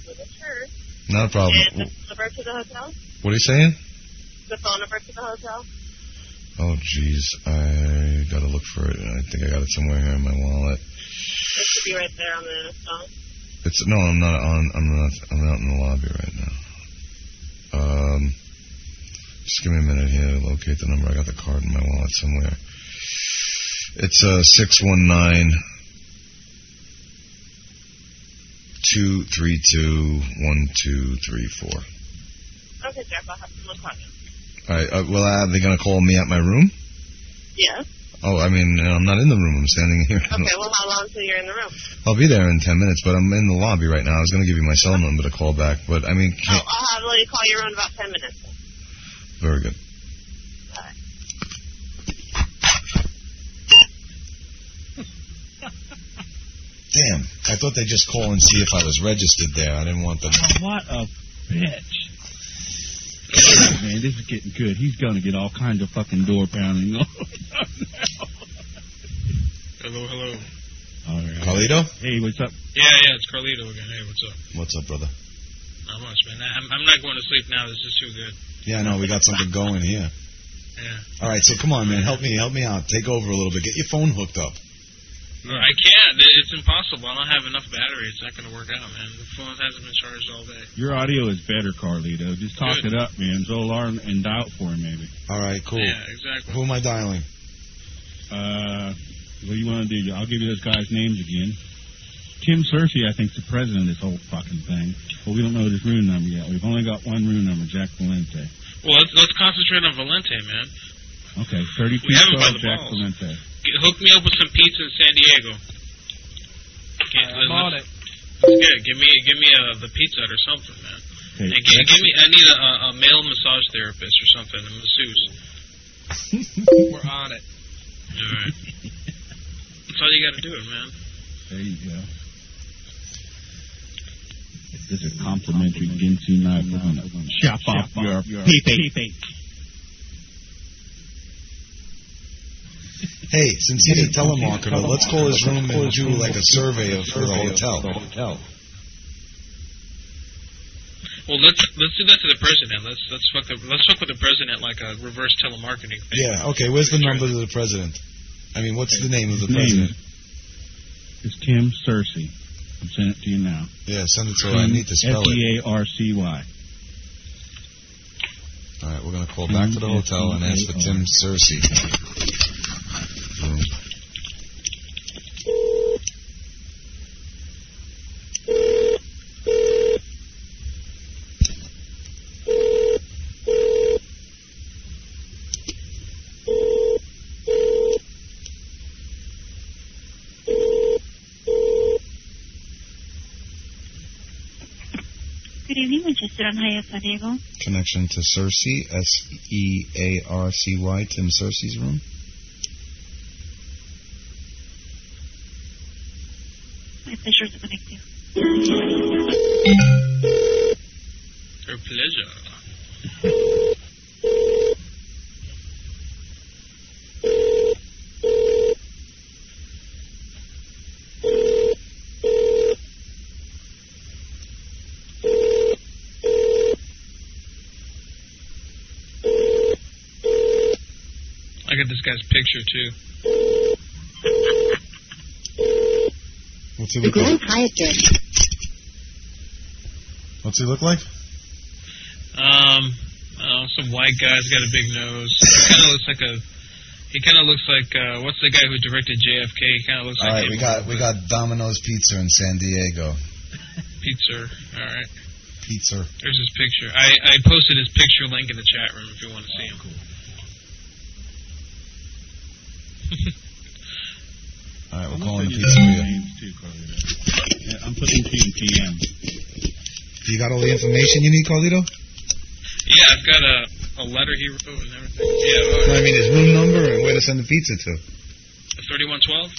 Speaker 10: Wasn't sure.
Speaker 5: Not a problem.
Speaker 10: And the phone number to the hotel?
Speaker 5: What are you saying?
Speaker 10: The phone number to the hotel?
Speaker 5: Oh, jeez. I gotta look for it. I think I got it somewhere here in my wallet.
Speaker 10: It should be right there on the phone.
Speaker 5: It's no, I'm not on. I'm not. I'm out in the lobby right now. Um, just give me a minute here to locate the number. I got the card in my wallet somewhere. It's uh, 619 232 1234.
Speaker 18: Okay, Jeff, I'll have someone call you.
Speaker 5: All right. Uh, well, uh, they're going to call me at my room?
Speaker 18: Yes.
Speaker 5: Oh, I mean, I'm not in the room. I'm standing here.
Speaker 18: Okay, well, how long till you're in the room?
Speaker 5: I'll be there in 10 minutes, but I'm in the lobby right now. I was going to give you my cell number to call back, but I mean,
Speaker 18: Oh,
Speaker 5: can't.
Speaker 18: I'll have a lady call you around about 10 minutes.
Speaker 5: Very good. Damn. I thought they'd just call and see if I was registered there. I didn't want them.
Speaker 8: What a bitch. Man, this is getting good. He's gonna get all kinds of fucking door pounding.
Speaker 7: Hello, hello.
Speaker 8: all right.
Speaker 5: Carlito?
Speaker 8: Hey, what's up?
Speaker 7: Yeah, yeah, it's Carlito again. Hey, what's up?
Speaker 5: What's up, brother?
Speaker 7: Not much, man. I'm, I'm not going to sleep now. This is too good.
Speaker 5: Yeah, no, we got something going here.
Speaker 7: Yeah.
Speaker 5: All right, so come on, man. Help me. Help me out. Take over a little bit. Get your phone hooked up.
Speaker 7: No, I can't. It- It's impossible. I don't have enough battery. It's not going to work out, man. The phone hasn't been charged all day.
Speaker 8: Your audio is better, Carlito. Just talk
Speaker 7: Good.
Speaker 8: it up, man. Zolar and- and dial it for him, maybe.
Speaker 5: All right, cool.
Speaker 7: Yeah, exactly.
Speaker 5: Who am I dialing?
Speaker 8: Uh, what do you want to do? I'll give you those guys' names again. Tim Searcy, I think, is the president of this whole fucking thing. But we don't know his room number yet. We've only got one room number, Jack Valente.
Speaker 7: Well, let's, let's concentrate on Valente, man.
Speaker 8: Okay, 32
Speaker 7: We have him by the
Speaker 8: 12, Jack
Speaker 7: balls.
Speaker 8: Valente.
Speaker 7: Get, hook me up with some pizza in San Diego. Get,
Speaker 19: I'm on it.
Speaker 7: Yeah, give me give me uh the pizza Hut or something, man.
Speaker 8: Okay,
Speaker 7: And give, give me I need a, a- a male massage therapist or something, a masseuse.
Speaker 19: We're on it.
Speaker 7: All right. That's all you got to do, man.
Speaker 8: There you go. This is complimentary Ginsu knife. We're gonna chop off your peepee.
Speaker 5: Hey, since he's a telemarketer, let's call his room and do like a survey of for the hotel.
Speaker 7: Well, let's let's do that to the president. Let's let's fuck the, let's fuck with the president like a reverse telemarketing thing.
Speaker 5: Yeah, okay. Where's the number to the president? I mean, what's the name of the
Speaker 8: Name.
Speaker 5: president?
Speaker 8: It's Tim Searcy. I'm sending it to you now.
Speaker 5: Yeah, send it to her. I need to spell it.
Speaker 8: E F-E-A-R-C-Y.
Speaker 5: All right, we're going to call back to the hotel and ask for Tim Searcy. Room.
Speaker 20: Good evening, Manchester on Haya San Diego.
Speaker 5: Connection to Searcy, S E A R C Y, Tim Searcy's room.
Speaker 20: My pleasure to connect you.
Speaker 7: Her pleasure. I got this guy's picture too.
Speaker 5: What's he
Speaker 10: The
Speaker 5: look
Speaker 10: Grand
Speaker 5: like?
Speaker 10: Hyatt guest.
Speaker 5: What's he look like?
Speaker 7: Um, uh, some white guy's got a big nose. He kind of looks like a. He kind of looks like uh, what's the guy who directed JFK? He kind of looks
Speaker 5: All
Speaker 7: like
Speaker 5: right, we
Speaker 7: him.
Speaker 5: got we got Domino's Pizza in San Diego.
Speaker 7: Pizza. All right,
Speaker 5: Pizza.
Speaker 7: there's his picture. I, I posted his picture link in the chat room if you want to see him.
Speaker 5: All right,
Speaker 8: I'm
Speaker 5: we're calling the
Speaker 8: gonna send
Speaker 5: pizzeria.
Speaker 8: you those names too, Carlito. Yeah, I'm putting TM.
Speaker 5: Do you got all the information you need, Carlito?
Speaker 7: Yeah, I've got a, a letter he wrote and everything. Yeah, oh, all
Speaker 5: No, I
Speaker 7: right.
Speaker 5: mean his room number and where to send the pizza to.
Speaker 7: thirty-one twelve.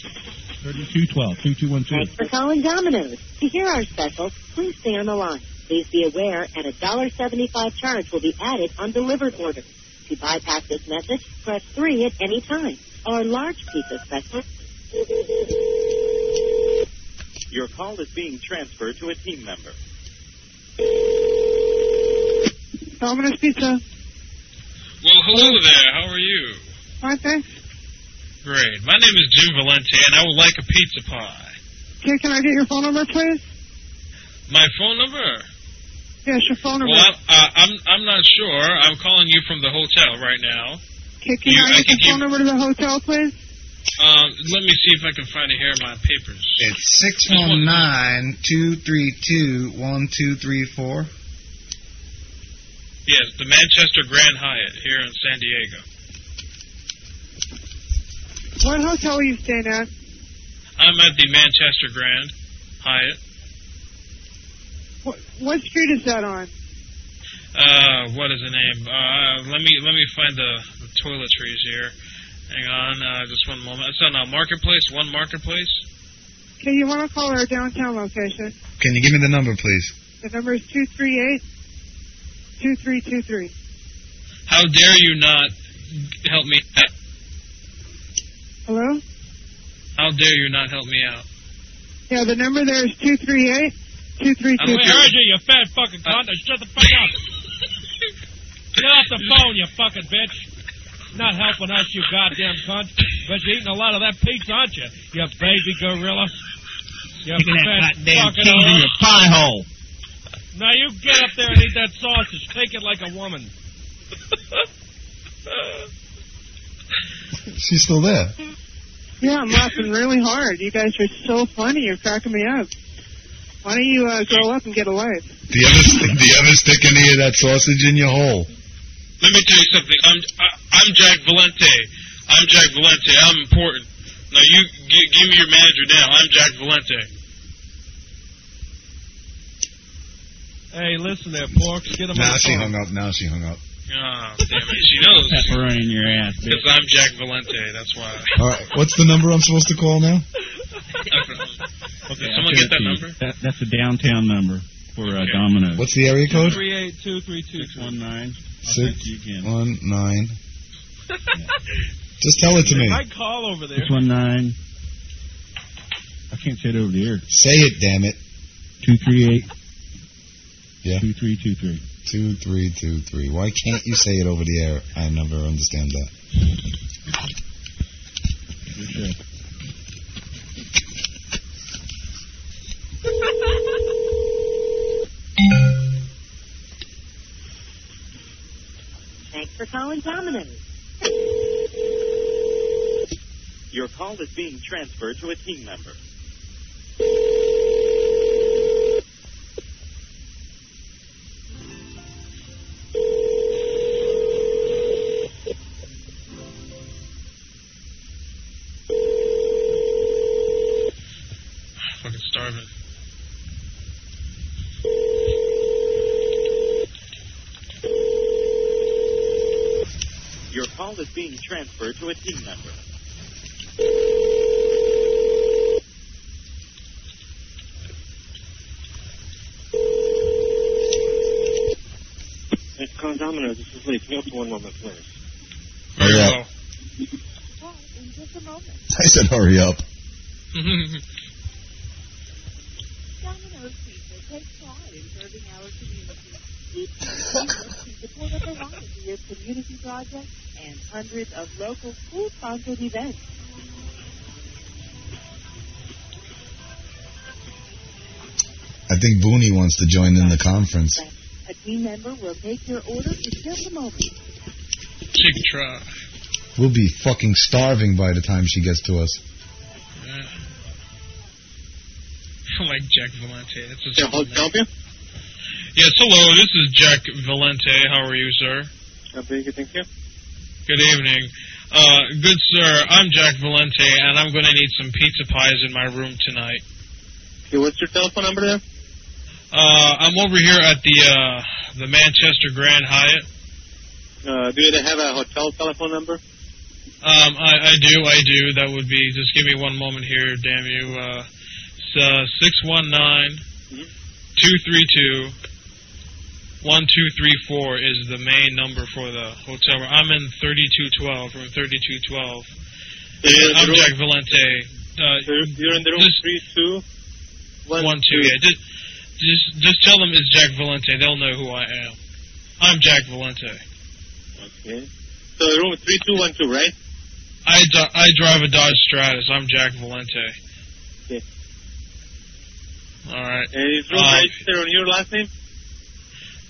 Speaker 8: 3212, 3212.
Speaker 10: Thanks for calling Domino's. To hear our special, please stay on the line. Please be aware an $1.75 charge will be added on delivered orders. To bypass this message, press 3 at any time. Our large pizza special.
Speaker 6: Your call is being transferred to a team member.
Speaker 21: Domino's Pizza.
Speaker 7: Well, hello there. How are you?
Speaker 21: Aren't they?
Speaker 7: Great. My name is Jim Valente, and I would like a pizza pie.
Speaker 21: Can, can I get your phone number, please?
Speaker 7: My phone number.
Speaker 21: Yes, your phone number.
Speaker 7: Well, I'm, uh, I'm I'm not sure. I'm calling you from the hotel right now.
Speaker 21: can can
Speaker 7: you-
Speaker 21: I
Speaker 7: I
Speaker 21: get
Speaker 7: can
Speaker 21: your phone
Speaker 7: give-
Speaker 21: number to the hotel, please?
Speaker 7: Um, let me see if I can find it here in my papers.
Speaker 22: It's six one nine two three two one two three four.
Speaker 7: Yes, the Manchester Grand Hyatt here in San Diego.
Speaker 10: What hotel are you staying at?
Speaker 7: I'm at the Manchester Grand Hyatt.
Speaker 10: What, what street is that on?
Speaker 7: Uh, what is the name? Uh, let me let me find the, the toiletries here. Hang on, uh, just one moment. It's on uh, Marketplace, one Marketplace.
Speaker 10: Okay, you want to call our downtown location.
Speaker 22: Can you give me the number, please?
Speaker 10: The number is 238 2323.
Speaker 7: How dare you not help me out?
Speaker 10: Hello?
Speaker 7: How dare you not help me out?
Speaker 10: Yeah, the number there is 238
Speaker 23: And we heard
Speaker 10: 2323.
Speaker 23: you, you fat fucking cunt. Now shut the fuck up. Get off the phone, you fucking bitch. Not helping us, you goddamn cunt. But you're eating a lot of that pizza, aren't you? You baby gorilla. You
Speaker 24: Look at
Speaker 23: fat
Speaker 24: that goddamn
Speaker 23: fucking
Speaker 24: cheese in
Speaker 23: whore.
Speaker 24: your pie hole.
Speaker 23: Now you get up there and eat that sausage. Take it like a woman.
Speaker 5: She's still there.
Speaker 10: Yeah, I'm laughing really hard. You guys are so funny. You're cracking me up. Why don't you uh, grow up and get a life?
Speaker 5: Do you ever, st- do you ever stick any of that sausage in your hole?
Speaker 7: Let me tell you something. I'm I, I'm Jack Valente. I'm Jack Valente. I'm important. Now you g- give me your manager now. I'm Jack Valente.
Speaker 23: Hey, listen there, porks. Get them
Speaker 5: Now
Speaker 23: on the
Speaker 5: she
Speaker 23: phone.
Speaker 5: hung up. Now she hung up.
Speaker 7: Ah, damn it. She knows.
Speaker 5: Pepperoni in your ass,
Speaker 7: Because I'm Jack Valente. That's why.
Speaker 5: All right. What's the number I'm supposed to call now?
Speaker 7: okay,
Speaker 8: I'll
Speaker 7: someone
Speaker 8: give
Speaker 7: get
Speaker 8: it
Speaker 7: that
Speaker 8: to you.
Speaker 7: number.
Speaker 8: That, that's the downtown number for uh, Domino's.
Speaker 5: What's the area code?
Speaker 23: Three eight two three two six one nine.
Speaker 5: Six one nine. Just tell it to me.
Speaker 23: I call over there.
Speaker 8: Six one nine. I can't say it over the air.
Speaker 5: Say it, damn it.
Speaker 8: Two three eight.
Speaker 5: Yeah.
Speaker 8: Two three two three.
Speaker 5: Two three two three. Why can't you say it over the air? I never understand that.
Speaker 25: Thanks for calling Domino's.
Speaker 26: Your call is being transferred to a team member.
Speaker 7: fucking starving.
Speaker 26: Your call is being transferred to a team member.
Speaker 6: It's calling Domino's. This is Lee. Can you hold for one moment, please?
Speaker 5: Hurry up.
Speaker 27: in just a moment.
Speaker 5: I said hurry up.
Speaker 27: Domino's Pizza takes pride in serving our community. Each to support a variety of community projects and hundreds of local school-sponsored events.
Speaker 5: I think Booney wants to join in the conference.
Speaker 27: A team member will take your order in just a moment.
Speaker 7: Chick try.
Speaker 5: We'll be fucking starving by the time she gets to us.
Speaker 7: I like Jack Valente. That's his full name. Yes, hello. This is Jack Valente. How are you, sir?
Speaker 6: How big you think you?
Speaker 7: Good evening. Uh, good sir, I'm Jack Valente, and I'm going to need some pizza pies in my room tonight.
Speaker 6: Okay, what's your telephone number there?
Speaker 7: Uh, I'm over here at the uh, the Manchester Grand Hyatt.
Speaker 6: Uh, do you have a hotel telephone number?
Speaker 7: Um, I, I do, I do. That would be. Just give me one moment here, damn you. Uh, it's, uh, six one nine two three two one two three four is the main number for the hotel. room. I'm in thirty two twelve room thirty two twelve.
Speaker 6: You're in
Speaker 7: I'm
Speaker 6: the room-
Speaker 7: Jack Valente. Uh,
Speaker 6: you're, you're in the room
Speaker 7: just-
Speaker 6: three two one
Speaker 7: One two. Yeah, just just just tell them it's Jack Valente. They'll know who I am. I'm Jack Valente.
Speaker 6: Okay. So room three two one two, right?
Speaker 7: I, do- I drive a Dodge Stratus. I'm Jack Valente.
Speaker 6: Okay.
Speaker 7: All right.
Speaker 6: And is room
Speaker 7: Um,
Speaker 6: registered on your last name?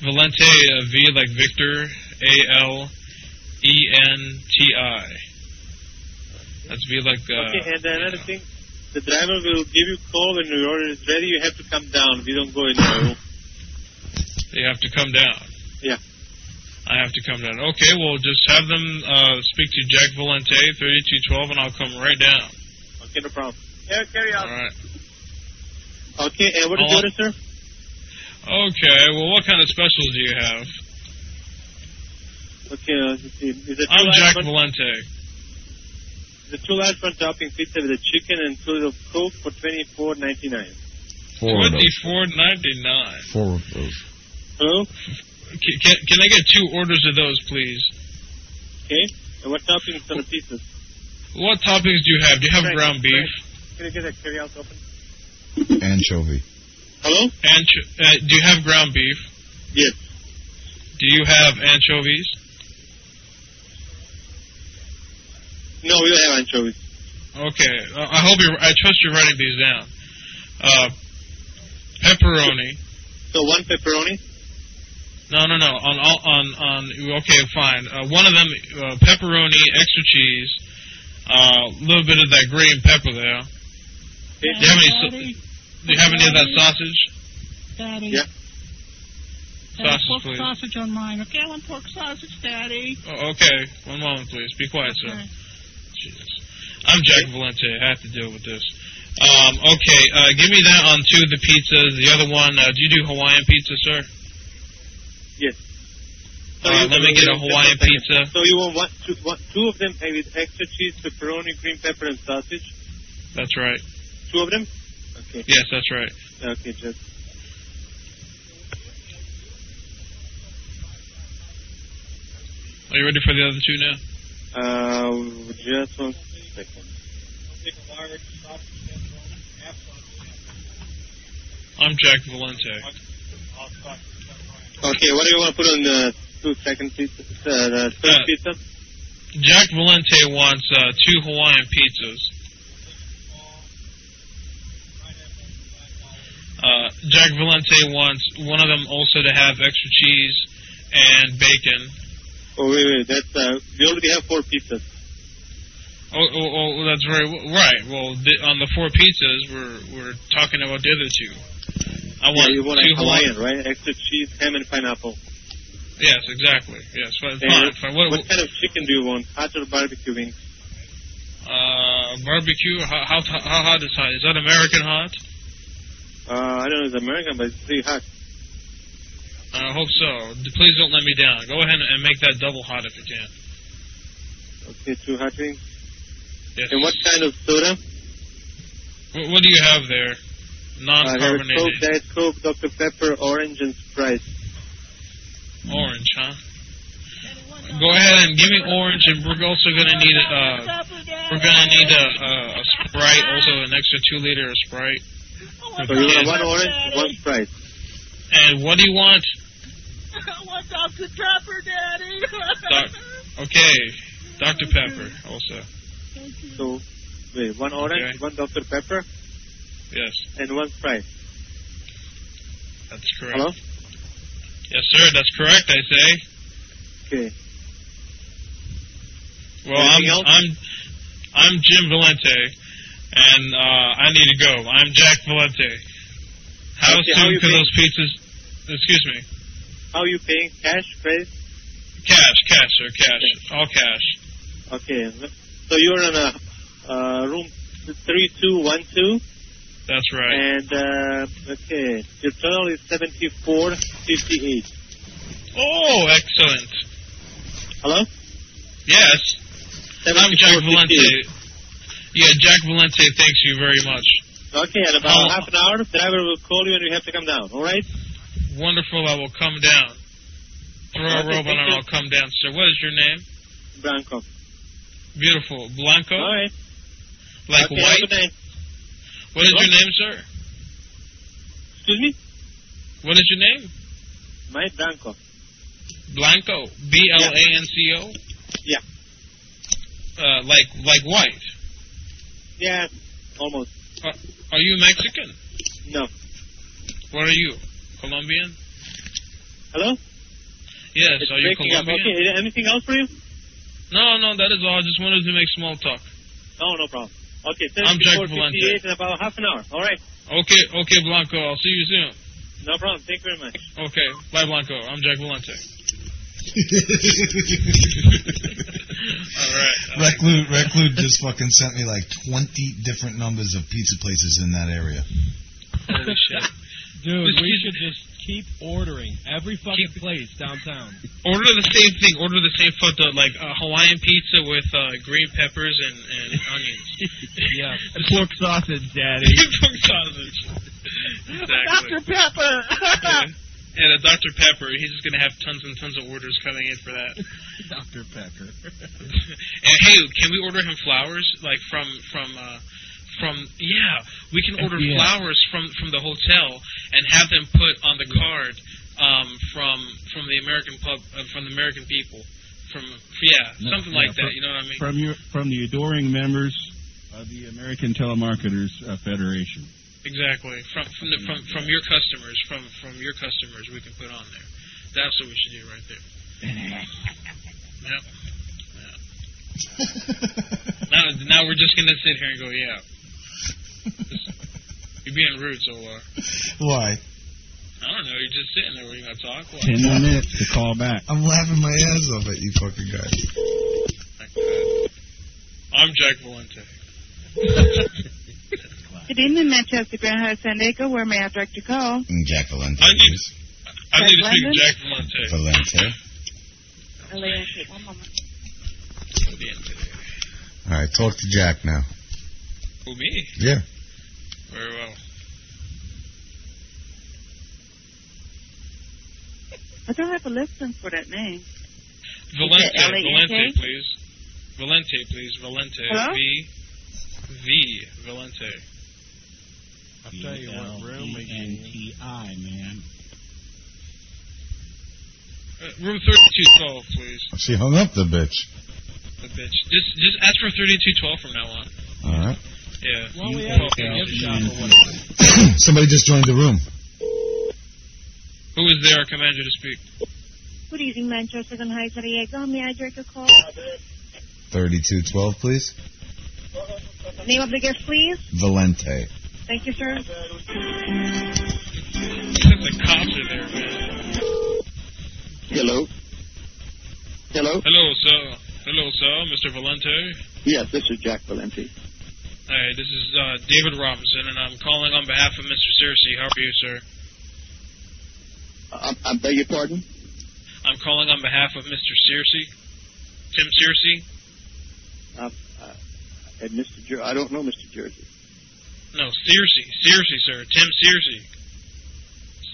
Speaker 7: Valente, uh, V like Victor, A L E N T I. That's be like uh,
Speaker 6: okay, and another thing, the driver will give you call when your order is ready. You have to come down. We don't go in your room.
Speaker 7: they have to come down.
Speaker 6: Yeah.
Speaker 7: I have to come down. Okay, well, just have them uh, speak to Jack Valente, 3212, and I'll come right down.
Speaker 6: Okay, no problem.
Speaker 7: Yeah, carry on. All right.
Speaker 6: Okay, and what is
Speaker 7: Oh.
Speaker 6: the order, sir?
Speaker 7: Okay, well, what kind of specials do you have?
Speaker 6: Okay, uh, let's see. Is it two
Speaker 7: I'm
Speaker 6: large
Speaker 7: Jack
Speaker 6: bun-
Speaker 7: Valente.
Speaker 6: The two large front topping pizza with a chicken and two little coke for twenty four ninety nine.
Speaker 5: Four of those.
Speaker 7: Four ninety nine.
Speaker 5: Four of those.
Speaker 6: Hello?
Speaker 7: Can, can I get two orders of those, please?
Speaker 6: Okay. And what toppings on the pizzas?
Speaker 7: What toppings do you have? Do you have
Speaker 6: Frank,
Speaker 7: ground beef?
Speaker 6: Frank, Can you get that carry out open?
Speaker 28: Anchovy.
Speaker 6: Hello?
Speaker 7: Ancho- uh, do you have ground beef?
Speaker 6: Yes.
Speaker 7: Do you have anchovies?
Speaker 6: No, we don't have anchovies.
Speaker 7: Okay. Uh, I hope you. I trust you're writing these down. Uh, pepperoni.
Speaker 6: So one pepperoni?
Speaker 7: No, no, no. On all, on on. Okay, fine. Uh, one of them, uh, pepperoni, extra cheese, uh, a little bit of that green pepper there. Do you have any? sa- Do you have any of that sausage?
Speaker 10: Daddy.
Speaker 7: Yeah.
Speaker 10: Daddy,
Speaker 7: Sausage,
Speaker 10: pork
Speaker 7: please.
Speaker 10: sausage on mine. Okay, I want pork sausage, Daddy.
Speaker 7: Oh, okay. One moment, please. Be quiet, sir. Jesus. I'm Jack Valente. I have to deal with this. Um, okay, uh, give me that on two of the pizzas. The other one, uh, do you do Hawaiian pizza, sir?
Speaker 6: Yes.
Speaker 7: All right, let me get a Hawaiian pizza.
Speaker 6: So you want one, two, one, two of them and with extra cheese, pepperoni, green pepper, and sausage?
Speaker 7: That's right.
Speaker 6: Two of them? Okay.
Speaker 7: Yes, that's right.
Speaker 6: Okay, just.
Speaker 7: Are you ready for the other two now?
Speaker 6: Uh, just one second.
Speaker 7: I'm Jack Valente.
Speaker 6: Okay, what do you want to put on the two second pizza? Uh, the third
Speaker 7: Uh,
Speaker 6: pizza?
Speaker 7: Jack Valente wants uh, two Hawaiian pizzas. Uh, Jack Valente wants one of them also to have extra cheese and bacon.
Speaker 6: Oh, wait, wait, that's, uh, we already have four pizzas.
Speaker 7: Oh, oh, oh that's very right. Well, the, on the four pizzas, we're we're talking about the other two. I want
Speaker 6: yeah, you want
Speaker 7: two
Speaker 6: a Hawaiian, right? Extra cheese, ham, and pineapple.
Speaker 7: Yes, exactly. Yes, fine.
Speaker 6: And
Speaker 7: fine, fine. What,
Speaker 6: what kind of chicken do you want? Hot or barbecue wings?
Speaker 7: uh, barbecue? How, how how hot is hot? Is that American hot?
Speaker 6: Uh, I don't know, it's American, but it's pretty hot.
Speaker 7: I hope so. D- Please don't let me down. Go ahead and make that double hot if you can.
Speaker 6: Okay, two hot wings.
Speaker 7: Yes.
Speaker 6: And what kind of soda?
Speaker 7: What, what do you have there?
Speaker 6: Uh, Diet Coke,
Speaker 7: Non-carbonated
Speaker 6: Diet Coke, Dr. Pepper, orange, and Sprite.
Speaker 7: orange, huh? Go ahead and give me orange, and we're also gonna need uh, we're gonna need a, a, a sprite, also an extra two liter of sprite.
Speaker 6: So Oh, you want one orange, one Sprite.
Speaker 7: And what do you want?
Speaker 10: I want Dr. Pepper, Daddy.
Speaker 7: Doc- okay, Dr. Pepper, also.
Speaker 6: So, wait, one orange, one Dr. Pepper,
Speaker 7: Yes,
Speaker 6: and one Sprite.
Speaker 7: that's correct.
Speaker 6: Hello?
Speaker 7: Yes, sir, that's correct, I say.
Speaker 6: Okay.
Speaker 7: Well, I'm,
Speaker 6: Anything else?
Speaker 7: I'm, I'm Jim Valente, and uh, I need to go. I'm Jack Valente. How
Speaker 6: Okay, how
Speaker 7: soon
Speaker 6: you
Speaker 7: can
Speaker 6: pay-
Speaker 7: those pizzas... Excuse me.
Speaker 6: How you paying? Cash, credit?
Speaker 7: Cash, cash, sir, cash. All cash.
Speaker 6: Okay. So you're in a uh, room 3212.
Speaker 7: That's right.
Speaker 6: And, uh, okay, your total is 7458.
Speaker 7: Oh, excellent.
Speaker 6: Hello?
Speaker 7: Yes. I'm Jack Valente. Yeah, Jack Valente thanks you very much.
Speaker 6: Okay, in about
Speaker 7: Oh.
Speaker 6: half an hour, the driver will call you and you have to come down, alright?
Speaker 7: Wonderful, I will come down. Throw a
Speaker 6: Okay,
Speaker 7: robe on
Speaker 6: thank
Speaker 7: and
Speaker 6: you.
Speaker 7: I'll come down, sir. What is your name?
Speaker 6: Blanco.
Speaker 7: Beautiful. Blanco?
Speaker 6: Alright.
Speaker 7: Like
Speaker 6: okay, have a
Speaker 7: white?
Speaker 6: good night.
Speaker 7: What is your
Speaker 6: What?
Speaker 7: name, sir?
Speaker 6: Excuse me?
Speaker 7: What is your name?
Speaker 6: My Blanco.
Speaker 7: Blanco. B L A N C O?
Speaker 6: Yeah.
Speaker 7: Uh, like like white.
Speaker 6: Yeah, almost.
Speaker 7: Are, are you Mexican?
Speaker 6: No.
Speaker 7: What are you? Colombian?
Speaker 6: Hello?
Speaker 7: Yes,
Speaker 6: It's
Speaker 7: are you
Speaker 6: breaking up.
Speaker 7: Colombian?
Speaker 6: Okay, anything else for you?
Speaker 7: No, no, that is all. I just wanted to make small talk.
Speaker 29: No, no problem. Okay,
Speaker 7: I'm Jack
Speaker 29: 5458 in about half an hour. All right.
Speaker 7: Okay, okay, Blanco. I'll see you soon.
Speaker 29: No problem. Thank you very much.
Speaker 7: Okay, bye, Blanco. I'm Jack Valente. All right. I like
Speaker 5: Reclude,
Speaker 7: that.
Speaker 5: Reclude just fucking sent me like 20 different numbers of pizza places in that area.
Speaker 7: Uh, Holy shit.
Speaker 30: Dude, we should just keep ordering every fucking place downtown.
Speaker 7: Order the same thing. Order the same fucked up, like uh, Hawaiian pizza with uh, green peppers and, and onions.
Speaker 30: yeah.
Speaker 7: Pork sausage, daddy. Pork sausage.
Speaker 31: Dr.
Speaker 7: Exactly.
Speaker 31: Pepper.
Speaker 7: And a Dr. Pepper. He's just gonna have tons and tons of orders coming in for that.
Speaker 8: Dr. Pepper.
Speaker 7: and hey, can we order him flowers? Like from from uh, from yeah, we can order
Speaker 8: Yeah.
Speaker 7: flowers from from the hotel and have them put on the card um, from from the American pub uh, from the American people from yeah
Speaker 8: No,
Speaker 7: something
Speaker 8: yeah,
Speaker 7: like that.
Speaker 8: fr-
Speaker 7: you know what I mean?
Speaker 8: From your from the adoring members of the American Telemarketers uh, Federation.
Speaker 7: Exactly from from the, from from your customers from from your customers we can put on there. That's what we should do right there. Yep. Yeah. now, now we're just gonna sit here and go, yeah. You're being rude, so uh,
Speaker 5: Why?
Speaker 7: I don't know. You're just sitting there. We're gonna talk. What?
Speaker 8: Ten more minutes to call back.
Speaker 5: I'm laughing my ass off at you fucking guys.
Speaker 7: I'm Jack Valente.
Speaker 32: Good evening, Manchester Grand Hyatt San Diego. Where may I direct your call?
Speaker 33: Mm, Jack Valente.
Speaker 7: I need, I need to
Speaker 32: Jack
Speaker 7: speak to
Speaker 32: London?
Speaker 7: Jack Valente.
Speaker 33: Valente.
Speaker 32: one moment.
Speaker 33: All right, talk to Jack now.
Speaker 7: Who me?
Speaker 33: Yeah.
Speaker 7: Very well.
Speaker 32: I don't have a listing for that name.
Speaker 7: Valente,
Speaker 32: L A N K?
Speaker 7: Valente, please. Valente, please. Valente.
Speaker 32: Hello?
Speaker 7: V. V. Valente.
Speaker 30: I'll tell you what room
Speaker 8: E
Speaker 30: we can
Speaker 8: N-T-I, man.
Speaker 7: Uh, room 3212, please.
Speaker 33: Oh, She hung up the bitch.
Speaker 7: The bitch. Just, just ask for 3212 from now on.
Speaker 33: All right.
Speaker 7: Yeah.
Speaker 30: Well, we
Speaker 7: You
Speaker 30: have a
Speaker 7: fucking
Speaker 30: gift
Speaker 8: E
Speaker 7: shit.
Speaker 30: shop or
Speaker 33: Somebody just joined the room.
Speaker 7: Who is there? Commander to speak.
Speaker 34: Good evening, Manchester Grand Hyatt San Diego. May I direct your call?
Speaker 33: Thirty-two twelve, please.
Speaker 34: Name of the guest, please.
Speaker 33: Valente.
Speaker 34: Thank you, sir.
Speaker 7: The cops are there, man.
Speaker 6: Hello. Hello.
Speaker 7: Hello, sir. Hello, sir. Mr. Valente.
Speaker 6: Yes, this is Jack Valenti.
Speaker 7: Hi, this is uh, David Robinson, and I'm calling on behalf of Mr. Searcy. How are you, sir?
Speaker 6: I, I beg your pardon.
Speaker 7: I'm calling on behalf of Mr. Searcy. Tim Searcy?
Speaker 6: Uh, uh, and Mr. Jer- I don't know Mr. Jersey.
Speaker 7: No, Searcy. Searcy, sir. Tim Searcy.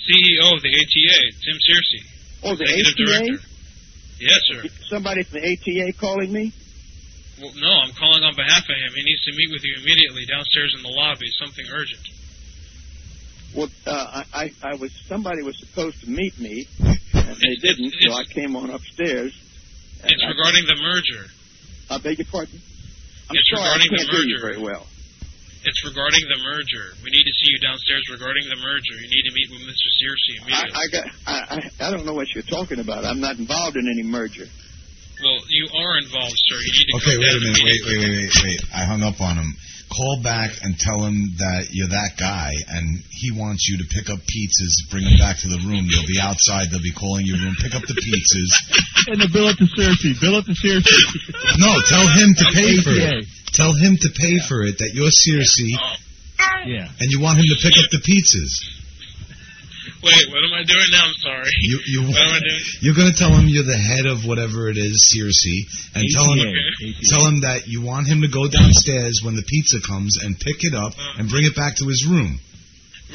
Speaker 7: CEO of the ATA, Tim Searcy.
Speaker 6: Oh, the
Speaker 7: Executive
Speaker 6: ATA.
Speaker 7: Director. Yes, sir.
Speaker 6: Somebody from the ATA calling me.
Speaker 7: Well, no, I'm calling on behalf of him. He needs to meet with you immediately downstairs in the lobby. Something urgent.
Speaker 6: Well, uh, I, I, I was somebody was supposed to meet me, and they didn't, so I came on upstairs. and
Speaker 7: It's
Speaker 6: I-
Speaker 7: regarding the merger.
Speaker 6: I beg your pardon. I'm
Speaker 7: It's
Speaker 6: sorry, I
Speaker 7: regarding the
Speaker 6: can't hear you
Speaker 7: merger.
Speaker 6: very well.
Speaker 7: It's regarding the merger. We need to see you downstairs regarding the merger. You need to meet with Mr. Searcy
Speaker 6: I,
Speaker 7: immediately.
Speaker 6: I got. I, I I don't know what you're talking about. I'm not involved in any merger.
Speaker 7: Well, you are involved, sir. You need to
Speaker 5: Okay,
Speaker 7: come
Speaker 5: wait
Speaker 7: down
Speaker 5: a minute. Wait,
Speaker 7: immediately.
Speaker 5: wait, wait, wait, wait. I hung up on him. Call back and tell him that you're that guy, and he wants you to pick up pizzas, bring them back to the room. They'll be outside. They'll be calling your room. Pick up the pizzas.
Speaker 8: And the bill at the Cersei. Bill at the Cersei.
Speaker 5: No, tell him to pay for
Speaker 8: ATA.
Speaker 5: it. Tell him to pay for it. That you're Circe,
Speaker 8: Yeah.
Speaker 5: and you want him to pick up the pizzas.
Speaker 7: Wait, what am I doing now? I'm sorry.
Speaker 5: You, you,
Speaker 7: what am I doing?
Speaker 5: you're going to tell him you're the head of whatever it is, Circe, and tell him
Speaker 8: ATA.
Speaker 5: tell him that you want him to go downstairs when the pizza comes and pick it up and bring it back to his room.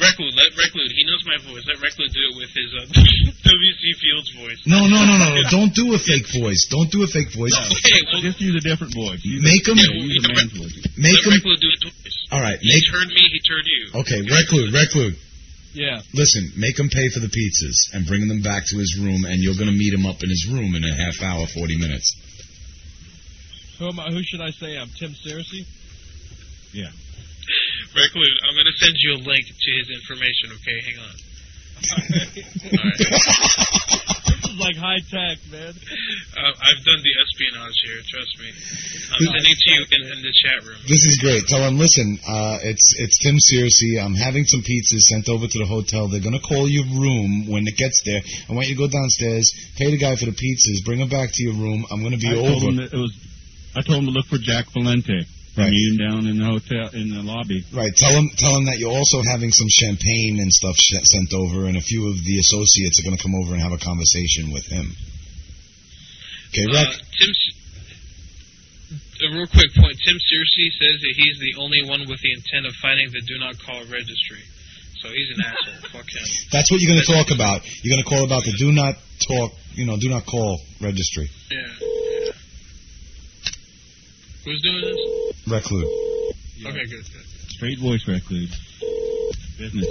Speaker 7: Reclude, let Reclude. He knows my voice. Let Reclude do it with his uh, W.C. Fields voice.
Speaker 5: No, no, no, no, no! Don't do a fake voice. Don't do a fake voice.
Speaker 7: Okay, well,
Speaker 8: Just use a different voice. Use
Speaker 5: Make him.
Speaker 8: a, use a man's voice.
Speaker 5: Make
Speaker 7: let
Speaker 5: him.
Speaker 7: Reclude do it twice.
Speaker 5: All right.
Speaker 7: He
Speaker 5: Make.
Speaker 7: turned me. He turned you.
Speaker 5: Okay, reclude, reclude.
Speaker 30: Yeah.
Speaker 5: Listen, make him pay for the pizzas and bring them back to his room, and you're going to meet him up in his room in a half hour, forty minutes.
Speaker 30: Who am I, Who should I say? I'm Tim Searcy.
Speaker 7: Reclude, I'm gonna send you a link to his information. Okay, hang on.
Speaker 30: All right.
Speaker 7: All right.
Speaker 30: this is
Speaker 7: like high tech, man.
Speaker 35: Uh, I've done the espionage here. Trust me. I'm sending it to you in, in the chat room.
Speaker 36: This is great. Tell him, listen, uh, it's it's Tim Searcy. I'm having some pizzas sent over to the hotel. They're gonna call your room when it gets there. I want you to go downstairs, pay the guy for the pizzas, bring them back to your room. I'm gonna be
Speaker 8: I
Speaker 36: over.
Speaker 8: told him that it was. I told him to look for Jack Valente.
Speaker 36: Right.
Speaker 8: I meet him down in the hotel in the lobby.
Speaker 36: Right. Tell him tell him that you're also having some champagne and stuff sh- sent over, and a few of the associates are gonna come over and have a conversation with him. Okay,
Speaker 35: Uh,
Speaker 36: Rex.
Speaker 35: Tim, S- a real quick point. Tim Searcy says that he's the only one with the intent of fighting the do not call registry. So he's an asshole. Fuck him.
Speaker 36: That's what you're going to talk about. You're going to call about the do not talk, you know, do not call registry.
Speaker 35: Yeah. yeah. Who's doing this?
Speaker 36: Recluse.
Speaker 35: Okay, good, good.
Speaker 8: Straight voice recluse. Business.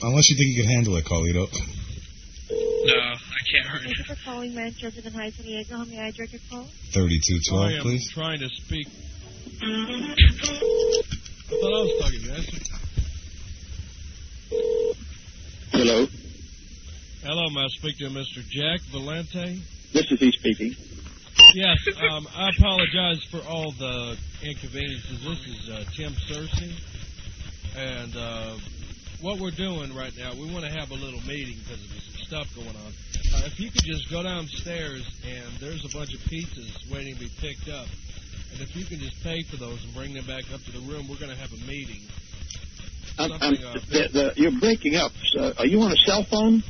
Speaker 36: Unless you think you can handle it, Carlito.
Speaker 35: No, I can't hurt
Speaker 2: Thank you for calling Manchester and High San Diego. How may I direct your call?
Speaker 36: 3212,
Speaker 5: Oh,
Speaker 7: I am
Speaker 36: please.
Speaker 7: trying to speak.
Speaker 10: Mm-hmm.
Speaker 7: I thought I was talking to you.
Speaker 6: Hello,
Speaker 7: Hello, may I speak to Mr. Jack Valente?
Speaker 6: this is he speaking.
Speaker 7: Yes, um, I apologize for all the inconveniences. This is uh, Tim Searcy. And uh, what we're doing right now, we want to have a little meeting because there's some stuff going on. Uh, if you could just go downstairs and there's a bunch of pizzas waiting to be picked up. And if you can just pay for those and bring them back up to the room, we're going to have a meeting.
Speaker 6: I'm, I'm,
Speaker 7: Something, uh,
Speaker 6: the, the, you're breaking up. So are you on a cell phone?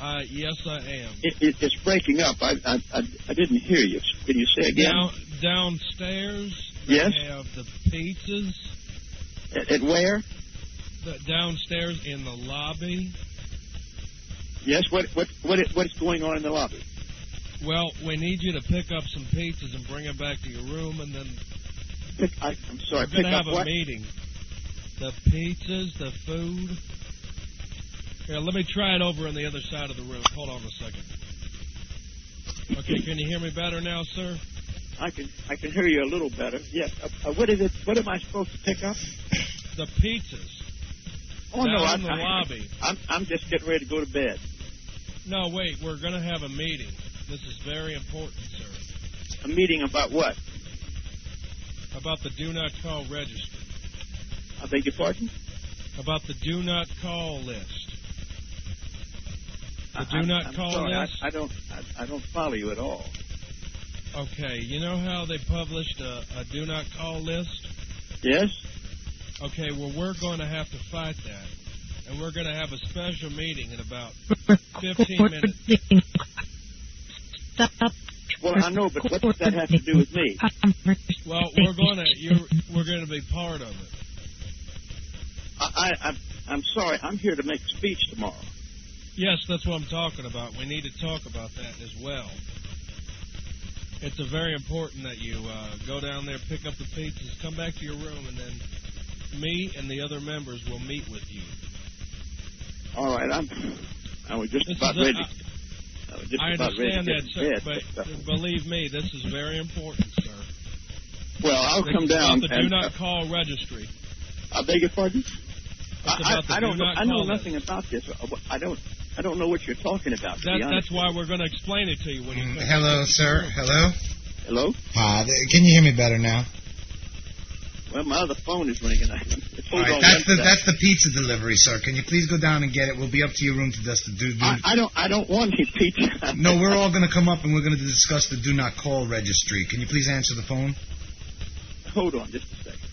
Speaker 7: Uh, yes, I am.
Speaker 6: It, it, it's breaking up. I, I I I didn't hear you. Can you say again?
Speaker 7: Down, downstairs,
Speaker 6: Yes.
Speaker 7: they have the pizzas.
Speaker 6: At, at where?
Speaker 7: The, downstairs in the lobby.
Speaker 6: Yes. What what what is, what is going on in the lobby?
Speaker 7: Well, we need you to pick up some pizzas and bring them back to your room, and then
Speaker 6: Pick, I, I'm sorry.
Speaker 7: we're going
Speaker 6: Pick
Speaker 7: to
Speaker 6: up
Speaker 7: have a
Speaker 6: what?
Speaker 7: meeting. The pizzas, the food. Here, let me try it over on the other side of the room. Hold on a second. Okay, can you hear me better now, sir?
Speaker 6: I can I can hear you a little better. Yes. Uh, uh, what is it? What am I supposed to pick up?
Speaker 7: The pizzas.
Speaker 6: Oh
Speaker 7: down
Speaker 6: no,
Speaker 7: in
Speaker 6: I'm
Speaker 7: the
Speaker 6: I,
Speaker 7: lobby.
Speaker 6: I'm I'm just getting ready to go to bed.
Speaker 7: No, wait, we're going to have a meeting. This is very important, sir.
Speaker 6: A meeting about what?
Speaker 7: About the do not call register.
Speaker 6: I beg your pardon.
Speaker 7: about the do not call list. The
Speaker 6: I-
Speaker 7: do
Speaker 6: I'm-
Speaker 7: not
Speaker 6: I'm
Speaker 7: call
Speaker 6: sorry, I-
Speaker 7: list.
Speaker 6: I, don't I, I don't follow you at all.
Speaker 7: Okay, you know how they published a, a do not call list?
Speaker 6: Yes.
Speaker 7: Okay, well we're going to have to fight that, and we're going to have a special meeting in about 15 minutes.
Speaker 6: Well, I know, but what does that have to do with me?
Speaker 7: Well, we're going to you're, we're going to be part of it.
Speaker 6: I, I I'm, I'm sorry. I'm here to make a speech tomorrow.
Speaker 7: Yes, that's what I'm talking about. We need to talk about that as well. It's a very important that you uh, go down there, pick up the pizzas, come back to your room, and then me and the other members will meet with you.
Speaker 6: All right. I'm. I was just
Speaker 7: This
Speaker 6: about
Speaker 7: is a-
Speaker 6: ready. I was just
Speaker 7: I
Speaker 6: about ready to
Speaker 7: understand
Speaker 6: get
Speaker 7: that,
Speaker 6: to
Speaker 7: sir,
Speaker 6: bed,
Speaker 7: but
Speaker 6: uh,
Speaker 7: believe me, this is very important, sir.
Speaker 6: well, I'll
Speaker 7: This
Speaker 6: come
Speaker 7: is about
Speaker 6: down
Speaker 7: The do
Speaker 6: and uh,
Speaker 7: not call registry.
Speaker 6: I beg your pardon. I,
Speaker 7: about the
Speaker 6: I, I
Speaker 7: do
Speaker 6: don't. know-
Speaker 7: not
Speaker 6: I know
Speaker 7: call
Speaker 6: nothing about this. Uh, I don't. I don't know what you're talking about. To
Speaker 7: That,
Speaker 6: be
Speaker 7: that's
Speaker 6: honest.
Speaker 7: why we're going to explain it to you when you come.
Speaker 5: Hello, sir. Hello.
Speaker 6: Hello.
Speaker 36: Hi, Ah, th- can you hear me better now?
Speaker 6: Well, my other phone is ringing. It's
Speaker 5: All right, that's the that's the pizza delivery, sir. Can you please go down and get it? We'll be up to your room to dust the do. do-
Speaker 6: I, I don't. I don't want any pizza.
Speaker 5: No, we're all going to come up and we're going to discuss the do not call registry. Can you please answer the phone?
Speaker 6: Hold on, just a second.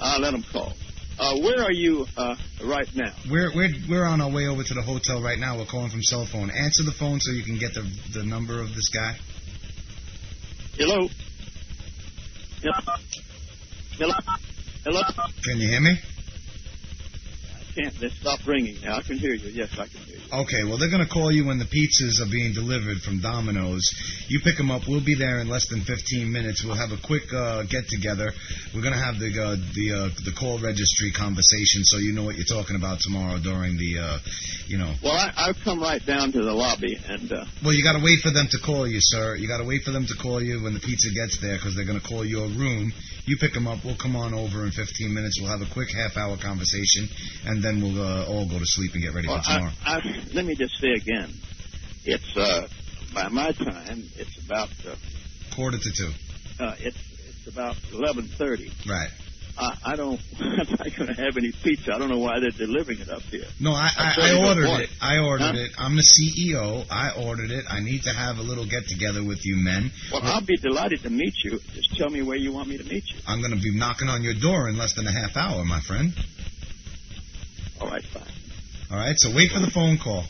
Speaker 6: I'll let them call. Uh, where are you uh, right now?
Speaker 5: We're we're we're on our way over to the hotel right now. We're calling from cell phone. Answer the phone so you can get the the number of this guy.
Speaker 6: Hello. Hello. Hello. Hello.
Speaker 5: Can you hear me?
Speaker 6: I can't. This stop ringing now. I can hear you. Yes, I can hear you.
Speaker 5: Okay, well they're going to call you when the pizzas are being delivered from Domino's. You pick them up. We'll be there in less than 15 minutes. We'll have a quick uh, get together. We're going to have the uh, the uh, the call registry conversation so you know what you're talking about tomorrow during the uh, you know.
Speaker 6: Well, I, I'll come right down to the lobby and. Uh,
Speaker 5: Well, you got to wait for them to call you, sir. You got to wait for them to call you when the pizza gets there because they're going to call your room. You pick them up. We'll come on over in 15 minutes. We'll have a quick half hour conversation, and
Speaker 37: then we'll uh, all go to sleep and get ready
Speaker 6: Well,
Speaker 37: for tomorrow.
Speaker 6: I, I, let me just say again, it's uh, by my time, it's about uh,
Speaker 37: Quarter to two.
Speaker 6: uh, it's it's about eleven thirty.
Speaker 37: Right.
Speaker 6: I, I don't. I'm not going to have any pizza. I don't know why they're delivering it up here.
Speaker 37: No, I, I,
Speaker 6: tell you
Speaker 37: I
Speaker 6: what,
Speaker 37: ordered
Speaker 6: boy.
Speaker 37: it. I ordered
Speaker 6: Huh?
Speaker 37: it. I'm the CEO. I ordered it. I need to have a little get together with you men.
Speaker 6: Well, I'll be delighted to meet you. Just tell me where you want me to meet you.
Speaker 37: I'm going to be knocking on your door in less than a half hour, my friend.
Speaker 6: All right, fine.
Speaker 37: All right, so wait for the phone call.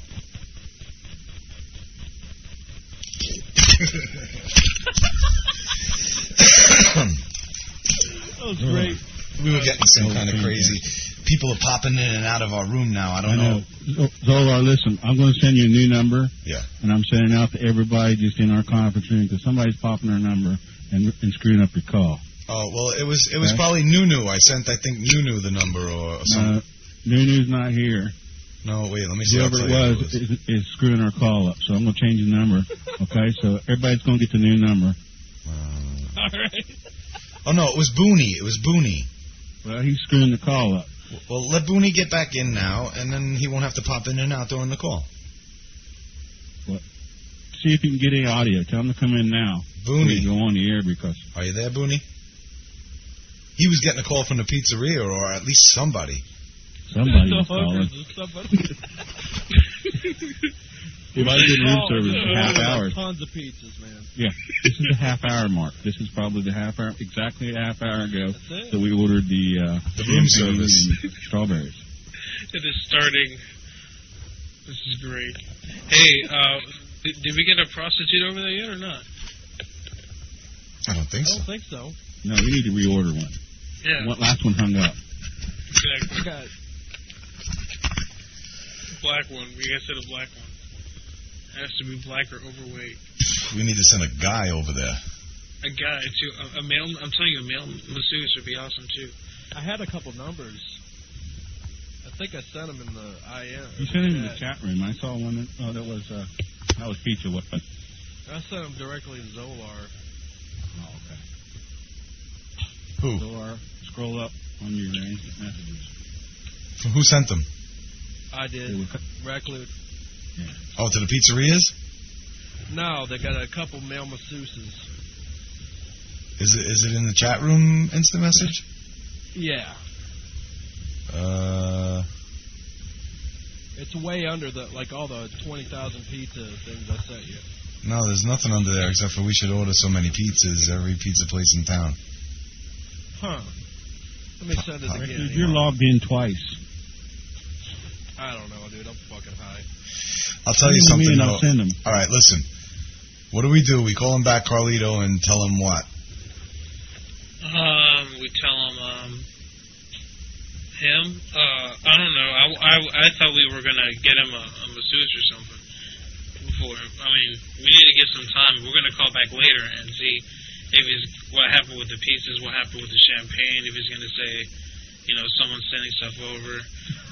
Speaker 30: That was great.
Speaker 5: We were getting some kind of crazy.
Speaker 37: People are popping in and out of our room now.
Speaker 5: Oh,
Speaker 37: I don't know.
Speaker 8: know. Zolar, Oh. listen, I'm going to send you a new number.
Speaker 37: Yeah.
Speaker 8: And I'm sending out to everybody just in our conference room because somebody's popping their number and, and screwing up your call.
Speaker 5: Oh well, it was it was
Speaker 8: Huh?
Speaker 5: probably Nunu. I sent I think Nunu the number or
Speaker 8: Uh,
Speaker 5: something.
Speaker 8: Nunu's not here.
Speaker 37: Uh,
Speaker 5: no, wait, let me see. I'll tell
Speaker 8: Whoever it
Speaker 5: you who
Speaker 8: was is, is screwing our call up, so I'm going to change the number. Okay, so everybody's going to get the new number.
Speaker 30: All right.
Speaker 5: Oh no, it was Booney. It was Booney.
Speaker 8: Well, he's screwing the call up.
Speaker 5: Well, let Booney get back in now, and then he won't have to pop in and out during the call.
Speaker 8: See if you can get any audio. Tell him to come in now.
Speaker 5: Booney.
Speaker 8: We go on the air because
Speaker 5: Are you there, Booney? He was getting a call from the pizzeria, or at least somebody.
Speaker 8: somebody
Speaker 30: The
Speaker 8: was calling.
Speaker 30: hookers and somebody.
Speaker 8: If I did room service for
Speaker 30: Oh,
Speaker 8: half
Speaker 30: there's
Speaker 8: hours.
Speaker 30: Tons of pizzas, man.
Speaker 8: Yeah, this is the half hour mark. This is probably the half hour, exactly a half hour ago
Speaker 7: That's it.
Speaker 8: that we ordered the, uh,
Speaker 5: The room
Speaker 8: beans and
Speaker 5: service.
Speaker 8: strawberries.
Speaker 7: It is starting. This is great. Hey, uh, did, did we get a prostitute over there yet or not?
Speaker 5: I don't think
Speaker 7: I
Speaker 5: so.
Speaker 7: don't think so.
Speaker 8: No, we need to reorder one.
Speaker 7: Yeah.
Speaker 8: One last one hung up.
Speaker 7: Exactly. Black one. We got to the black one. Has to be black or overweight.
Speaker 5: We need to send a guy over there.
Speaker 7: A guy too. A, a male. I'm telling you, a male masseuse would be awesome too.
Speaker 30: I had a couple numbers. I think I sent them in the IM.
Speaker 8: You sent it in the chat room. I saw one. That, oh, that was uh, that was pizza. What? Oh,
Speaker 30: I sent them directly to Zolar.
Speaker 8: Oh, okay.
Speaker 5: Who?
Speaker 8: Zolar, scroll up on your arrangement messages.
Speaker 5: Who sent them?
Speaker 30: I did. Reclute.
Speaker 5: Oh, to the pizzerias?
Speaker 30: No, they got a couple male masseuses.
Speaker 5: Is it is it in the chat room? Instant message?
Speaker 30: Yeah.
Speaker 5: Uh,
Speaker 30: It's way under the like all the twenty thousand pizza things I sent you.
Speaker 5: no, there's nothing under there except for we should order so many pizzas. Every pizza place in town.
Speaker 30: Huh. Let me send it again.
Speaker 8: Dude, you're logged in twice.
Speaker 30: I don't know, dude. I'm fucking high.
Speaker 5: I'll tell you
Speaker 8: Send them
Speaker 5: something.
Speaker 8: in, I'll
Speaker 5: though.
Speaker 8: send them.
Speaker 5: All right, listen. What do we do? We call him back, Carlito, and tell him what?
Speaker 7: Um, we tell him. Um, him. Uh, I don't know. I, I, I thought we were gonna get him a, a masseuse or something. For I mean, we need to get some time. We're gonna call back later and see if he's what happened with the pizzas, what happened with the champagne. If he's gonna say, you know, someone's sending stuff over.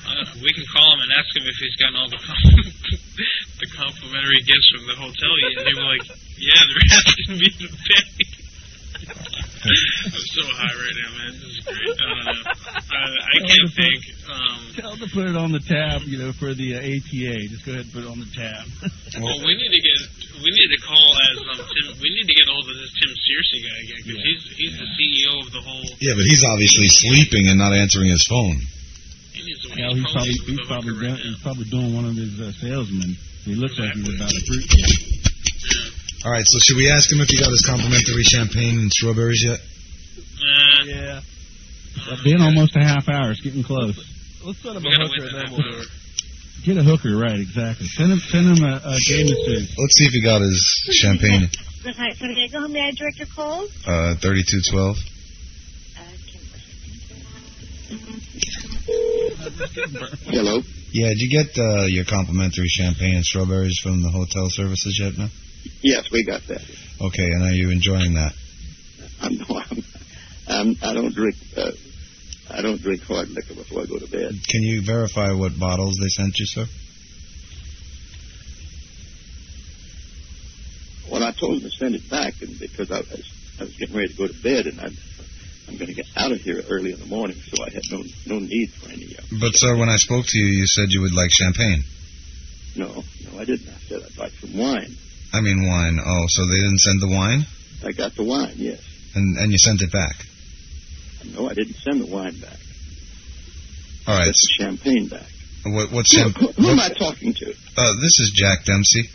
Speaker 7: Uh, we can call him and ask him if he's gotten all the com- the complimentary gifts from the hotel yet. They were like, yeah, they're asking me to pay. I'm so high right now, man. This is great. I don't know. I, I can't think. Um,
Speaker 8: Tell them to put it on the tab. You know, for the uh, ATA, just go ahead and put it on the tab.
Speaker 7: well, we need to get we need to call as um, Tim. We need to get hold of this Tim Searcy guy again because he's he's the CEO of the whole.
Speaker 5: Yeah, but he's obviously sleeping and not answering his phone.
Speaker 7: He needs to
Speaker 8: Yeah, he's probably he's probably doing, he's probably doing one of his uh, salesmen. He looks like he's about a fruit. kid.
Speaker 5: All right, so should we ask him if he got his complimentary champagne and strawberries yet?
Speaker 30: Yeah.
Speaker 8: It's been almost a half hour. It's getting close.
Speaker 30: Let's send him
Speaker 7: We
Speaker 30: a
Speaker 7: gotta
Speaker 30: hooker and
Speaker 7: wait till
Speaker 30: then
Speaker 7: half
Speaker 30: we'll do it.
Speaker 8: Get a hooker, right? Exactly. Send him send him a, a game of soup.
Speaker 5: Let's see if he got his champagne.
Speaker 34: Good night, San Diego. May I direct your call?
Speaker 5: Uh, thirty-two twelve.
Speaker 6: Hello.
Speaker 5: Yeah, did you get uh, your complimentary champagne and strawberries from the hotel services yet? No.
Speaker 6: Yes, we got that.
Speaker 5: Okay, and are you enjoying that?
Speaker 6: I'm, I'm, I'm I don't drink. Uh, I don't drink hard liquor before I go to bed.
Speaker 5: Can you verify what bottles they sent you, sir?
Speaker 6: Well, I told him to send it back, and because I was, I was getting ready to go to bed, and I I'm going to get out of here early in the morning, so I had no no need for any. Uh,
Speaker 5: But sir, when I spoke to you, you said you would like champagne.
Speaker 6: no, no, I didn't. I said I'd like some wine.
Speaker 5: I mean wine. Oh, so they didn't send the wine,
Speaker 6: I got the wine. Yes.
Speaker 5: and and you sent it back.
Speaker 6: No, I didn't send the wine back.
Speaker 5: All right.
Speaker 6: The champagne back.
Speaker 5: What, what's
Speaker 6: Who-
Speaker 5: champ-
Speaker 6: who, who am I talking to?
Speaker 5: Uh, this is Jack Dempsey.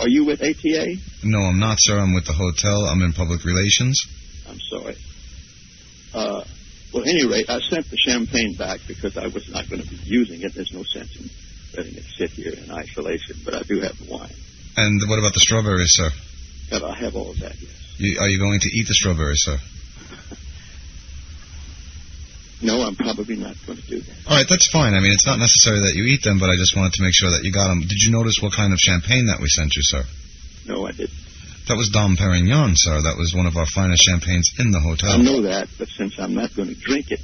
Speaker 6: Are you with ATA?
Speaker 5: No, I'm not, sir. I'm with the hotel. I'm in public relations.
Speaker 6: I'm sorry. Uh, well, at any rate, I sent the champagne back because I was not going to be using it. There's no sense in letting it sit here in isolation, but I do have the wine.
Speaker 5: And what about the strawberries, sir?
Speaker 6: But I have all of that here.
Speaker 5: You, are you going to eat the strawberries, sir?
Speaker 6: No, I'm probably not going to do that.
Speaker 5: All right, that's fine. I mean, it's not necessary that you eat them, but I just wanted to make sure that you got them. Did you notice what kind of champagne that we sent you, sir?
Speaker 6: No, I didn't.
Speaker 5: That was Dom Perignon, sir. That was one of our finest champagnes in the hotel.
Speaker 6: I know that, but since I'm not going to drink it,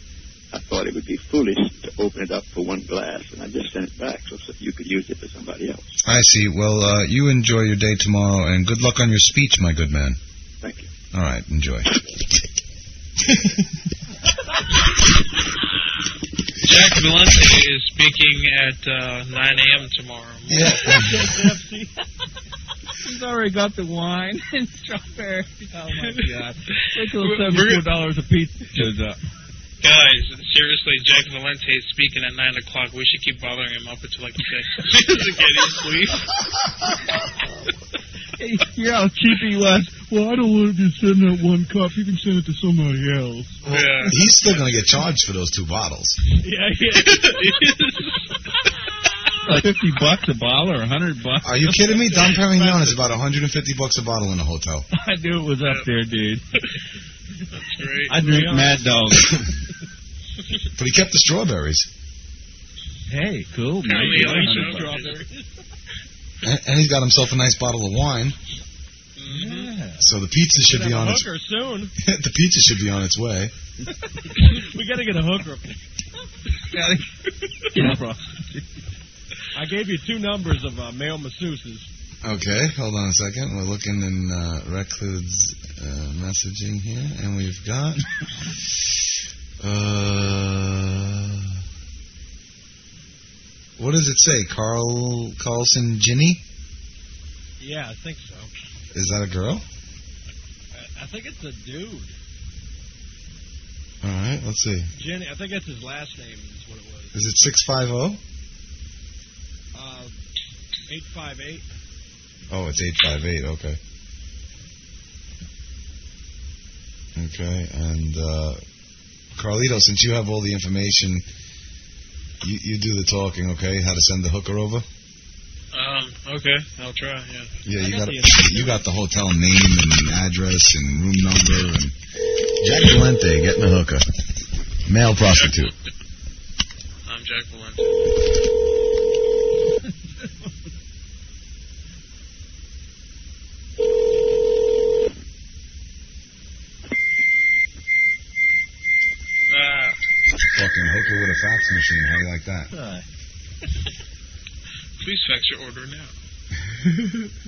Speaker 6: I thought it would be foolish to open it up for one glass, and I just sent it back so that you could use it for somebody else.
Speaker 5: I see. Well, uh, you enjoy your day tomorrow, and good luck on your speech, my good man.
Speaker 6: Thank you.
Speaker 5: All right, enjoy.
Speaker 7: Jack Valente is speaking at uh, 9 a.m. tomorrow.
Speaker 5: Yeah.
Speaker 31: He's already got the wine and strawberries. Oh my god. Wait till
Speaker 7: We're-
Speaker 31: seventy-four
Speaker 8: dollars a piece goes up.
Speaker 7: Guys, seriously, Jack Valente is speaking at 9 o'clock. We should keep bothering him up until like 6. He doesn't get any sleep.
Speaker 31: Hey, you know how cheap he was. Well, I don't want to just send that one cup. You can send it to somebody else.
Speaker 7: Yeah.
Speaker 5: He's still going to get charged for those two bottles.
Speaker 31: Yeah,
Speaker 8: Like fifty bucks a bottle or a hundred bucks.
Speaker 5: Are you kidding me? Dom Perignon is about 150 bucks a bottle in a hotel.
Speaker 8: I knew it was up there, dude.
Speaker 7: That's great.
Speaker 8: I drink Mad Dog.
Speaker 5: But he kept the strawberries.
Speaker 8: hey, cool. man.
Speaker 7: Apparently,
Speaker 8: You're
Speaker 7: like,
Speaker 8: a hundred
Speaker 7: so-
Speaker 5: And, and he's got himself a nice bottle of wine. So the pizza should be on its
Speaker 30: hooker soon.
Speaker 5: the pizza should be on its way.
Speaker 30: we gotta get a hooker.
Speaker 8: bucks. Yeah, bro.
Speaker 30: I gave you two numbers of uh, male masseuses.
Speaker 5: Okay, hold on a second. We're looking in uh, Reclude's uh, messaging here, and we've got. Uh, what does it say? Carl Carlson Ginny?
Speaker 30: Yeah, I think so.
Speaker 5: Is that a girl?
Speaker 30: I- I think it's a dude.
Speaker 5: All right, let's see.
Speaker 30: Jenny. I think that's his last name. Is what it was.
Speaker 5: Is it oh? 650?
Speaker 30: Uh, eight five eight.
Speaker 5: Oh, it's 858, okay. Okay, and uh, Carlito, since you have all the information, you, you do the talking, okay? How to send the hooker over?
Speaker 7: Um, okay, I'll try, yeah.
Speaker 5: Yeah, you
Speaker 7: got
Speaker 5: got
Speaker 7: the-
Speaker 5: you got the hotel name and address and room number and Jack Valente getting a hooker, male prostitute.
Speaker 7: I'm Jack Valente. Ah.
Speaker 5: Fucking hooker with a fax machine. How do you like that?
Speaker 7: Please fax your order now.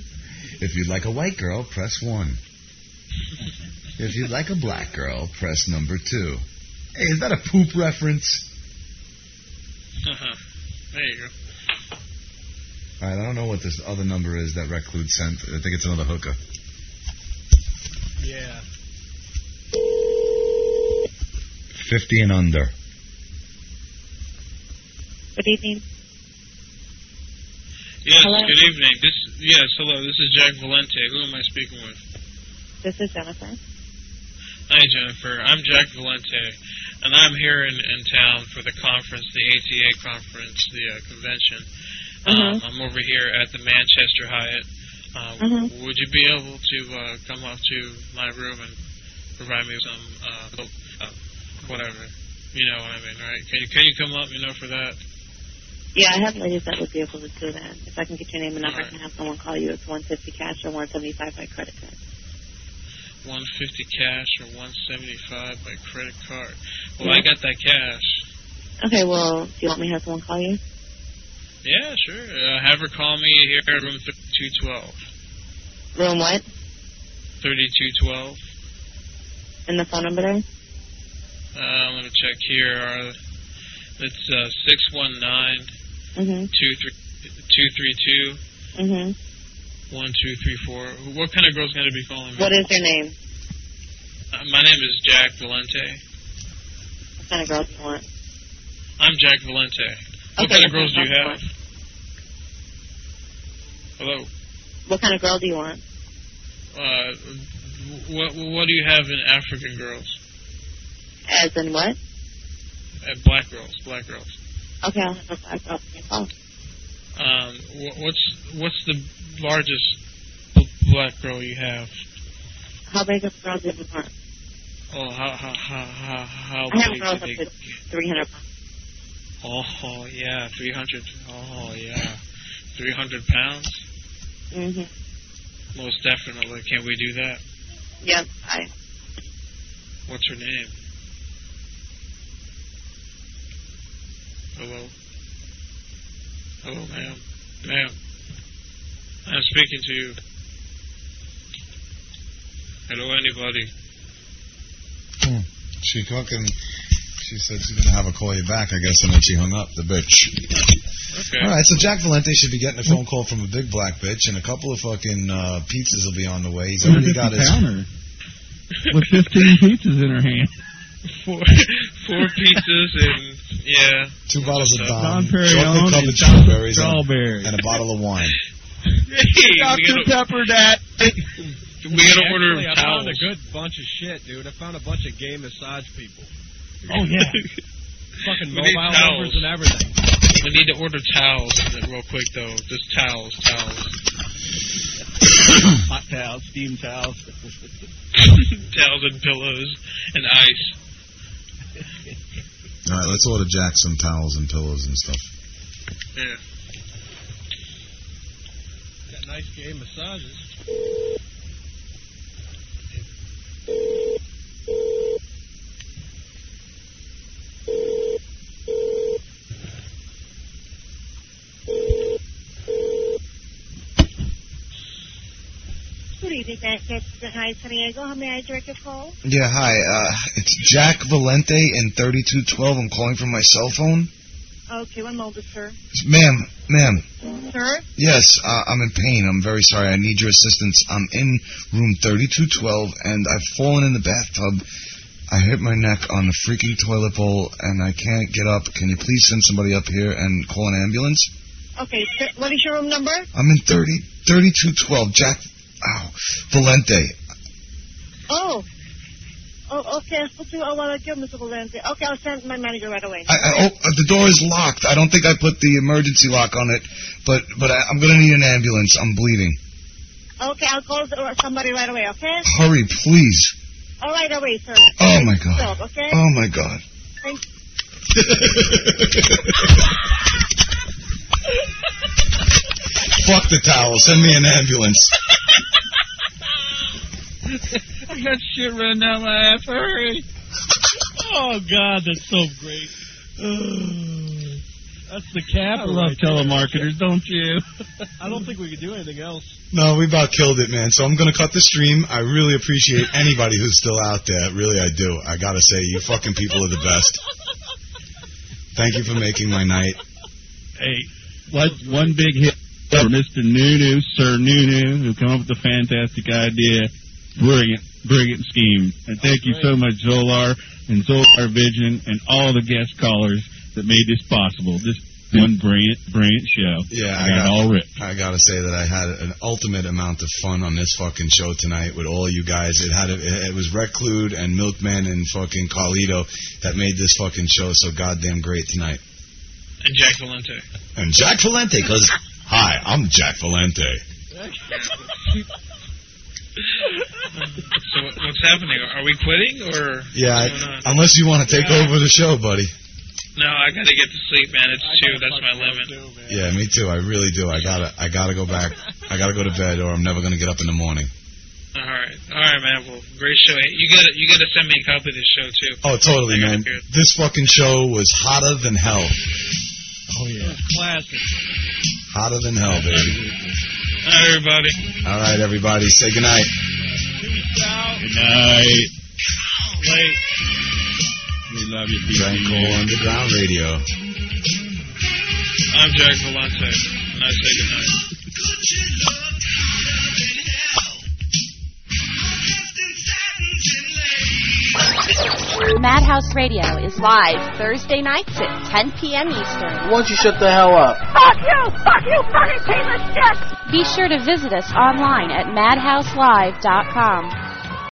Speaker 5: If you'd like a white girl, press one. If you'd like a black girl, press number two. Hey, is that a poop reference?
Speaker 7: there you go.
Speaker 5: All right, I don't know what this other number is that Reclude sent. I think it's another hooker.
Speaker 30: Yeah.
Speaker 5: Fifty and under.
Speaker 38: Good evening.
Speaker 7: Yes,
Speaker 38: Hello?
Speaker 7: good evening. This yes, hello. This is Jack Valente. Who am I speaking with?
Speaker 38: This is Jennifer.
Speaker 7: Hi, Jennifer. I'm Jack Valente, and I'm here in, in town for the conference, the ATA conference, the uh, convention. Um,
Speaker 38: Uh-huh.
Speaker 7: I'm over here at the Manchester Hyatt. Um,
Speaker 38: Uh-huh.
Speaker 7: Would you be able to uh, come up to my room and provide me with some uh, help? uh, whatever? You know what I mean, right? Can you can you come up? You know for that?
Speaker 38: Yeah, I have ladies that would be able to do that. If I can get your name and number, I can have someone call you. It's one fifty cash or one seventy five by credit card.
Speaker 7: 150 cash or 175 by credit card. Well,
Speaker 38: Yeah.
Speaker 7: I got that cash.
Speaker 38: Okay, well, do you want me to have someone call you?
Speaker 7: Yeah, sure. Uh, have her call me here at room 3212.
Speaker 38: Room what?
Speaker 7: 3212.
Speaker 39: And the phone number there?
Speaker 7: Um, let me check here. Uh, It's uh, 619
Speaker 39: Mm-hmm.
Speaker 7: 232
Speaker 39: Mm-hmm.
Speaker 7: 1234. What kind of girl's going to be calling me?
Speaker 39: What is your name?
Speaker 7: Uh, my name is Jack Valente.
Speaker 39: What kind of girl do you want?
Speaker 7: I'm Jack Valente. What
Speaker 39: Okay,
Speaker 7: kind
Speaker 39: what
Speaker 7: of girls do
Speaker 39: kind
Speaker 7: you
Speaker 39: of
Speaker 7: have? Hello.
Speaker 39: What kind of girl do you want?
Speaker 7: Uh, what what do you have in African girls?
Speaker 39: As in what?
Speaker 7: Uh, black girls, black girls.
Speaker 39: Okay, I'll have a black girl when you
Speaker 38: Oh.
Speaker 39: call.
Speaker 7: Um, wh- what's what's the largest b- black girl you have?
Speaker 39: How big of a girl do you want?
Speaker 7: Oh, how how how how, how
Speaker 39: I have
Speaker 7: big?
Speaker 39: girls
Speaker 7: do
Speaker 39: up
Speaker 7: they-
Speaker 39: to 300 pounds.
Speaker 7: Oh yeah, three hundred. Oh yeah, three hundred pounds.
Speaker 39: Mm-hmm.
Speaker 7: Most definitely. Can we do that?
Speaker 39: Yep, I,
Speaker 7: What's her name? Hello. Hello, ma'am. Ma'am. I'm speaking to you. Hello, anybody?
Speaker 33: Hmm. She fucking.
Speaker 5: She said she's gonna have a call you back, I guess, and then she hung up. The bitch.
Speaker 7: Okay.
Speaker 5: All right, so Jack Valente should be getting a phone call from a big black bitch, and a couple of fucking uh, pizzas will be on the way. He's already got his.
Speaker 8: counter with 15 pizzas in her hand.
Speaker 7: Four, four pizzas and yeah.
Speaker 5: Two bottles of
Speaker 8: Don
Speaker 5: Dom,
Speaker 8: Perignon
Speaker 5: chocolate covered
Speaker 8: and
Speaker 5: strawberries, and-
Speaker 8: strawberry.
Speaker 5: and a bottle of wine.
Speaker 7: Hey,
Speaker 30: Dr.
Speaker 7: we gotta,
Speaker 30: Pepper that.
Speaker 7: we gotta order
Speaker 30: Actually, I
Speaker 7: towels.
Speaker 30: found a good bunch of shit, dude. I found a bunch of gay massage people.
Speaker 8: Oh, yeah.
Speaker 30: Fucking
Speaker 7: We need
Speaker 30: mobile
Speaker 7: towels.
Speaker 30: numbers and everything.
Speaker 7: We need to order towels real quick though. Just towels, towels,
Speaker 8: Hot towels, steam towels.
Speaker 7: towels and pillows and ice.
Speaker 5: All right, let's order Jack some towels and pillows and stuff.
Speaker 7: Yeah.
Speaker 30: Got nice gay massages.
Speaker 34: Good evening, Matt. That's the High San Diego. How may I direct your call?
Speaker 33: Yeah, hi. Uh, it's Jack Valente in 3212. I'm calling from my cell phone.
Speaker 34: Okay, one moment, sir.
Speaker 33: Ma'am, ma'am.
Speaker 34: Sir?
Speaker 33: Yes, uh, I'm in pain. I'm very sorry. I need your assistance. I'm in room 3212, and I've fallen in the bathtub. I hit my neck on the freaking toilet bowl, and I can't get up. Can you please send somebody up here and call an ambulance?
Speaker 34: Okay, sir, what is your room number?
Speaker 33: I'm in 30, 3212, Jack ow, Valente.
Speaker 34: Oh. Oh, okay. I spoke to you a while ago, Mr. Valente. Okay, I'll send my manager right away.
Speaker 33: I, I, oh, uh, the door is locked. I don't think I put the emergency lock on it, but but I, I'm gonna need an ambulance. I'm bleeding.
Speaker 34: Okay, I'll call the- somebody right away, okay?
Speaker 33: Hurry, please.
Speaker 34: All right away, sir.
Speaker 33: Oh my god.
Speaker 34: Stop, okay?
Speaker 33: Oh my god.
Speaker 34: Thank
Speaker 5: Fuck the towel. Send me an ambulance.
Speaker 7: I got shit running down my ass. Hurry!
Speaker 30: Oh God, that's so great. that's the cap.
Speaker 8: I love telemarketers, don't you?
Speaker 30: I don't think we could do anything else.
Speaker 5: No, we about killed it, man. So I'm gonna cut the stream. I really appreciate anybody who's still out there. Really, I do. I gotta say, you fucking people are the best. Thank you for making my night.
Speaker 8: Hey, what one big hit for Mr. Nunu, Sir Nunu, who come up with a fantastic idea. Brilliant, brilliant scheme. And thank you so much, Zolar and Zolar Vision and all the guest callers that made this possible. This one brilliant, brilliant show.
Speaker 5: Yeah,
Speaker 8: I got it all ripped.
Speaker 5: I gotta say that I had an ultimate amount of fun on this fucking show tonight with all you guys. It had a, it- it was Reclude and Milkman and fucking Carlito that made this fucking show so goddamn great tonight.
Speaker 7: And Jack Valente.
Speaker 5: And Jack Valente, cause hi, I'm Jack Valente.
Speaker 7: so what, what's happening? Are we quitting or?
Speaker 5: Yeah,
Speaker 7: what's going
Speaker 5: I,
Speaker 7: on?
Speaker 5: unless you want to take over the show, buddy.
Speaker 7: No, I gotta get to sleep, man. It's two. That's my limit.
Speaker 5: Yeah, me too. I really do. I gotta, I gotta go back. I gotta go to bed, or I'm never gonna get up in the morning.
Speaker 7: All right, all right, man. Well, great show. Hey, You gotta, you gotta send me a copy of this show too.
Speaker 5: Oh, totally, man. This fucking show was hotter than hell.
Speaker 8: Oh yeah.
Speaker 7: Classic.
Speaker 5: Hotter than hell, baby.
Speaker 7: All right, everybody.
Speaker 5: All right, everybody, say goodnight.
Speaker 8: Good night.
Speaker 7: Like,
Speaker 8: We love you,
Speaker 5: Drunk Call Underground Radio.
Speaker 7: I'm Jack Valente, and I say goodnight.
Speaker 2: Madhouse Radio is live Thursday nights at 10 p.m. Eastern.
Speaker 40: Why don't you shut the hell up?
Speaker 2: Fuck you! Fuck you, fucking piece of shit! Be sure to visit us online at madhouselive.com.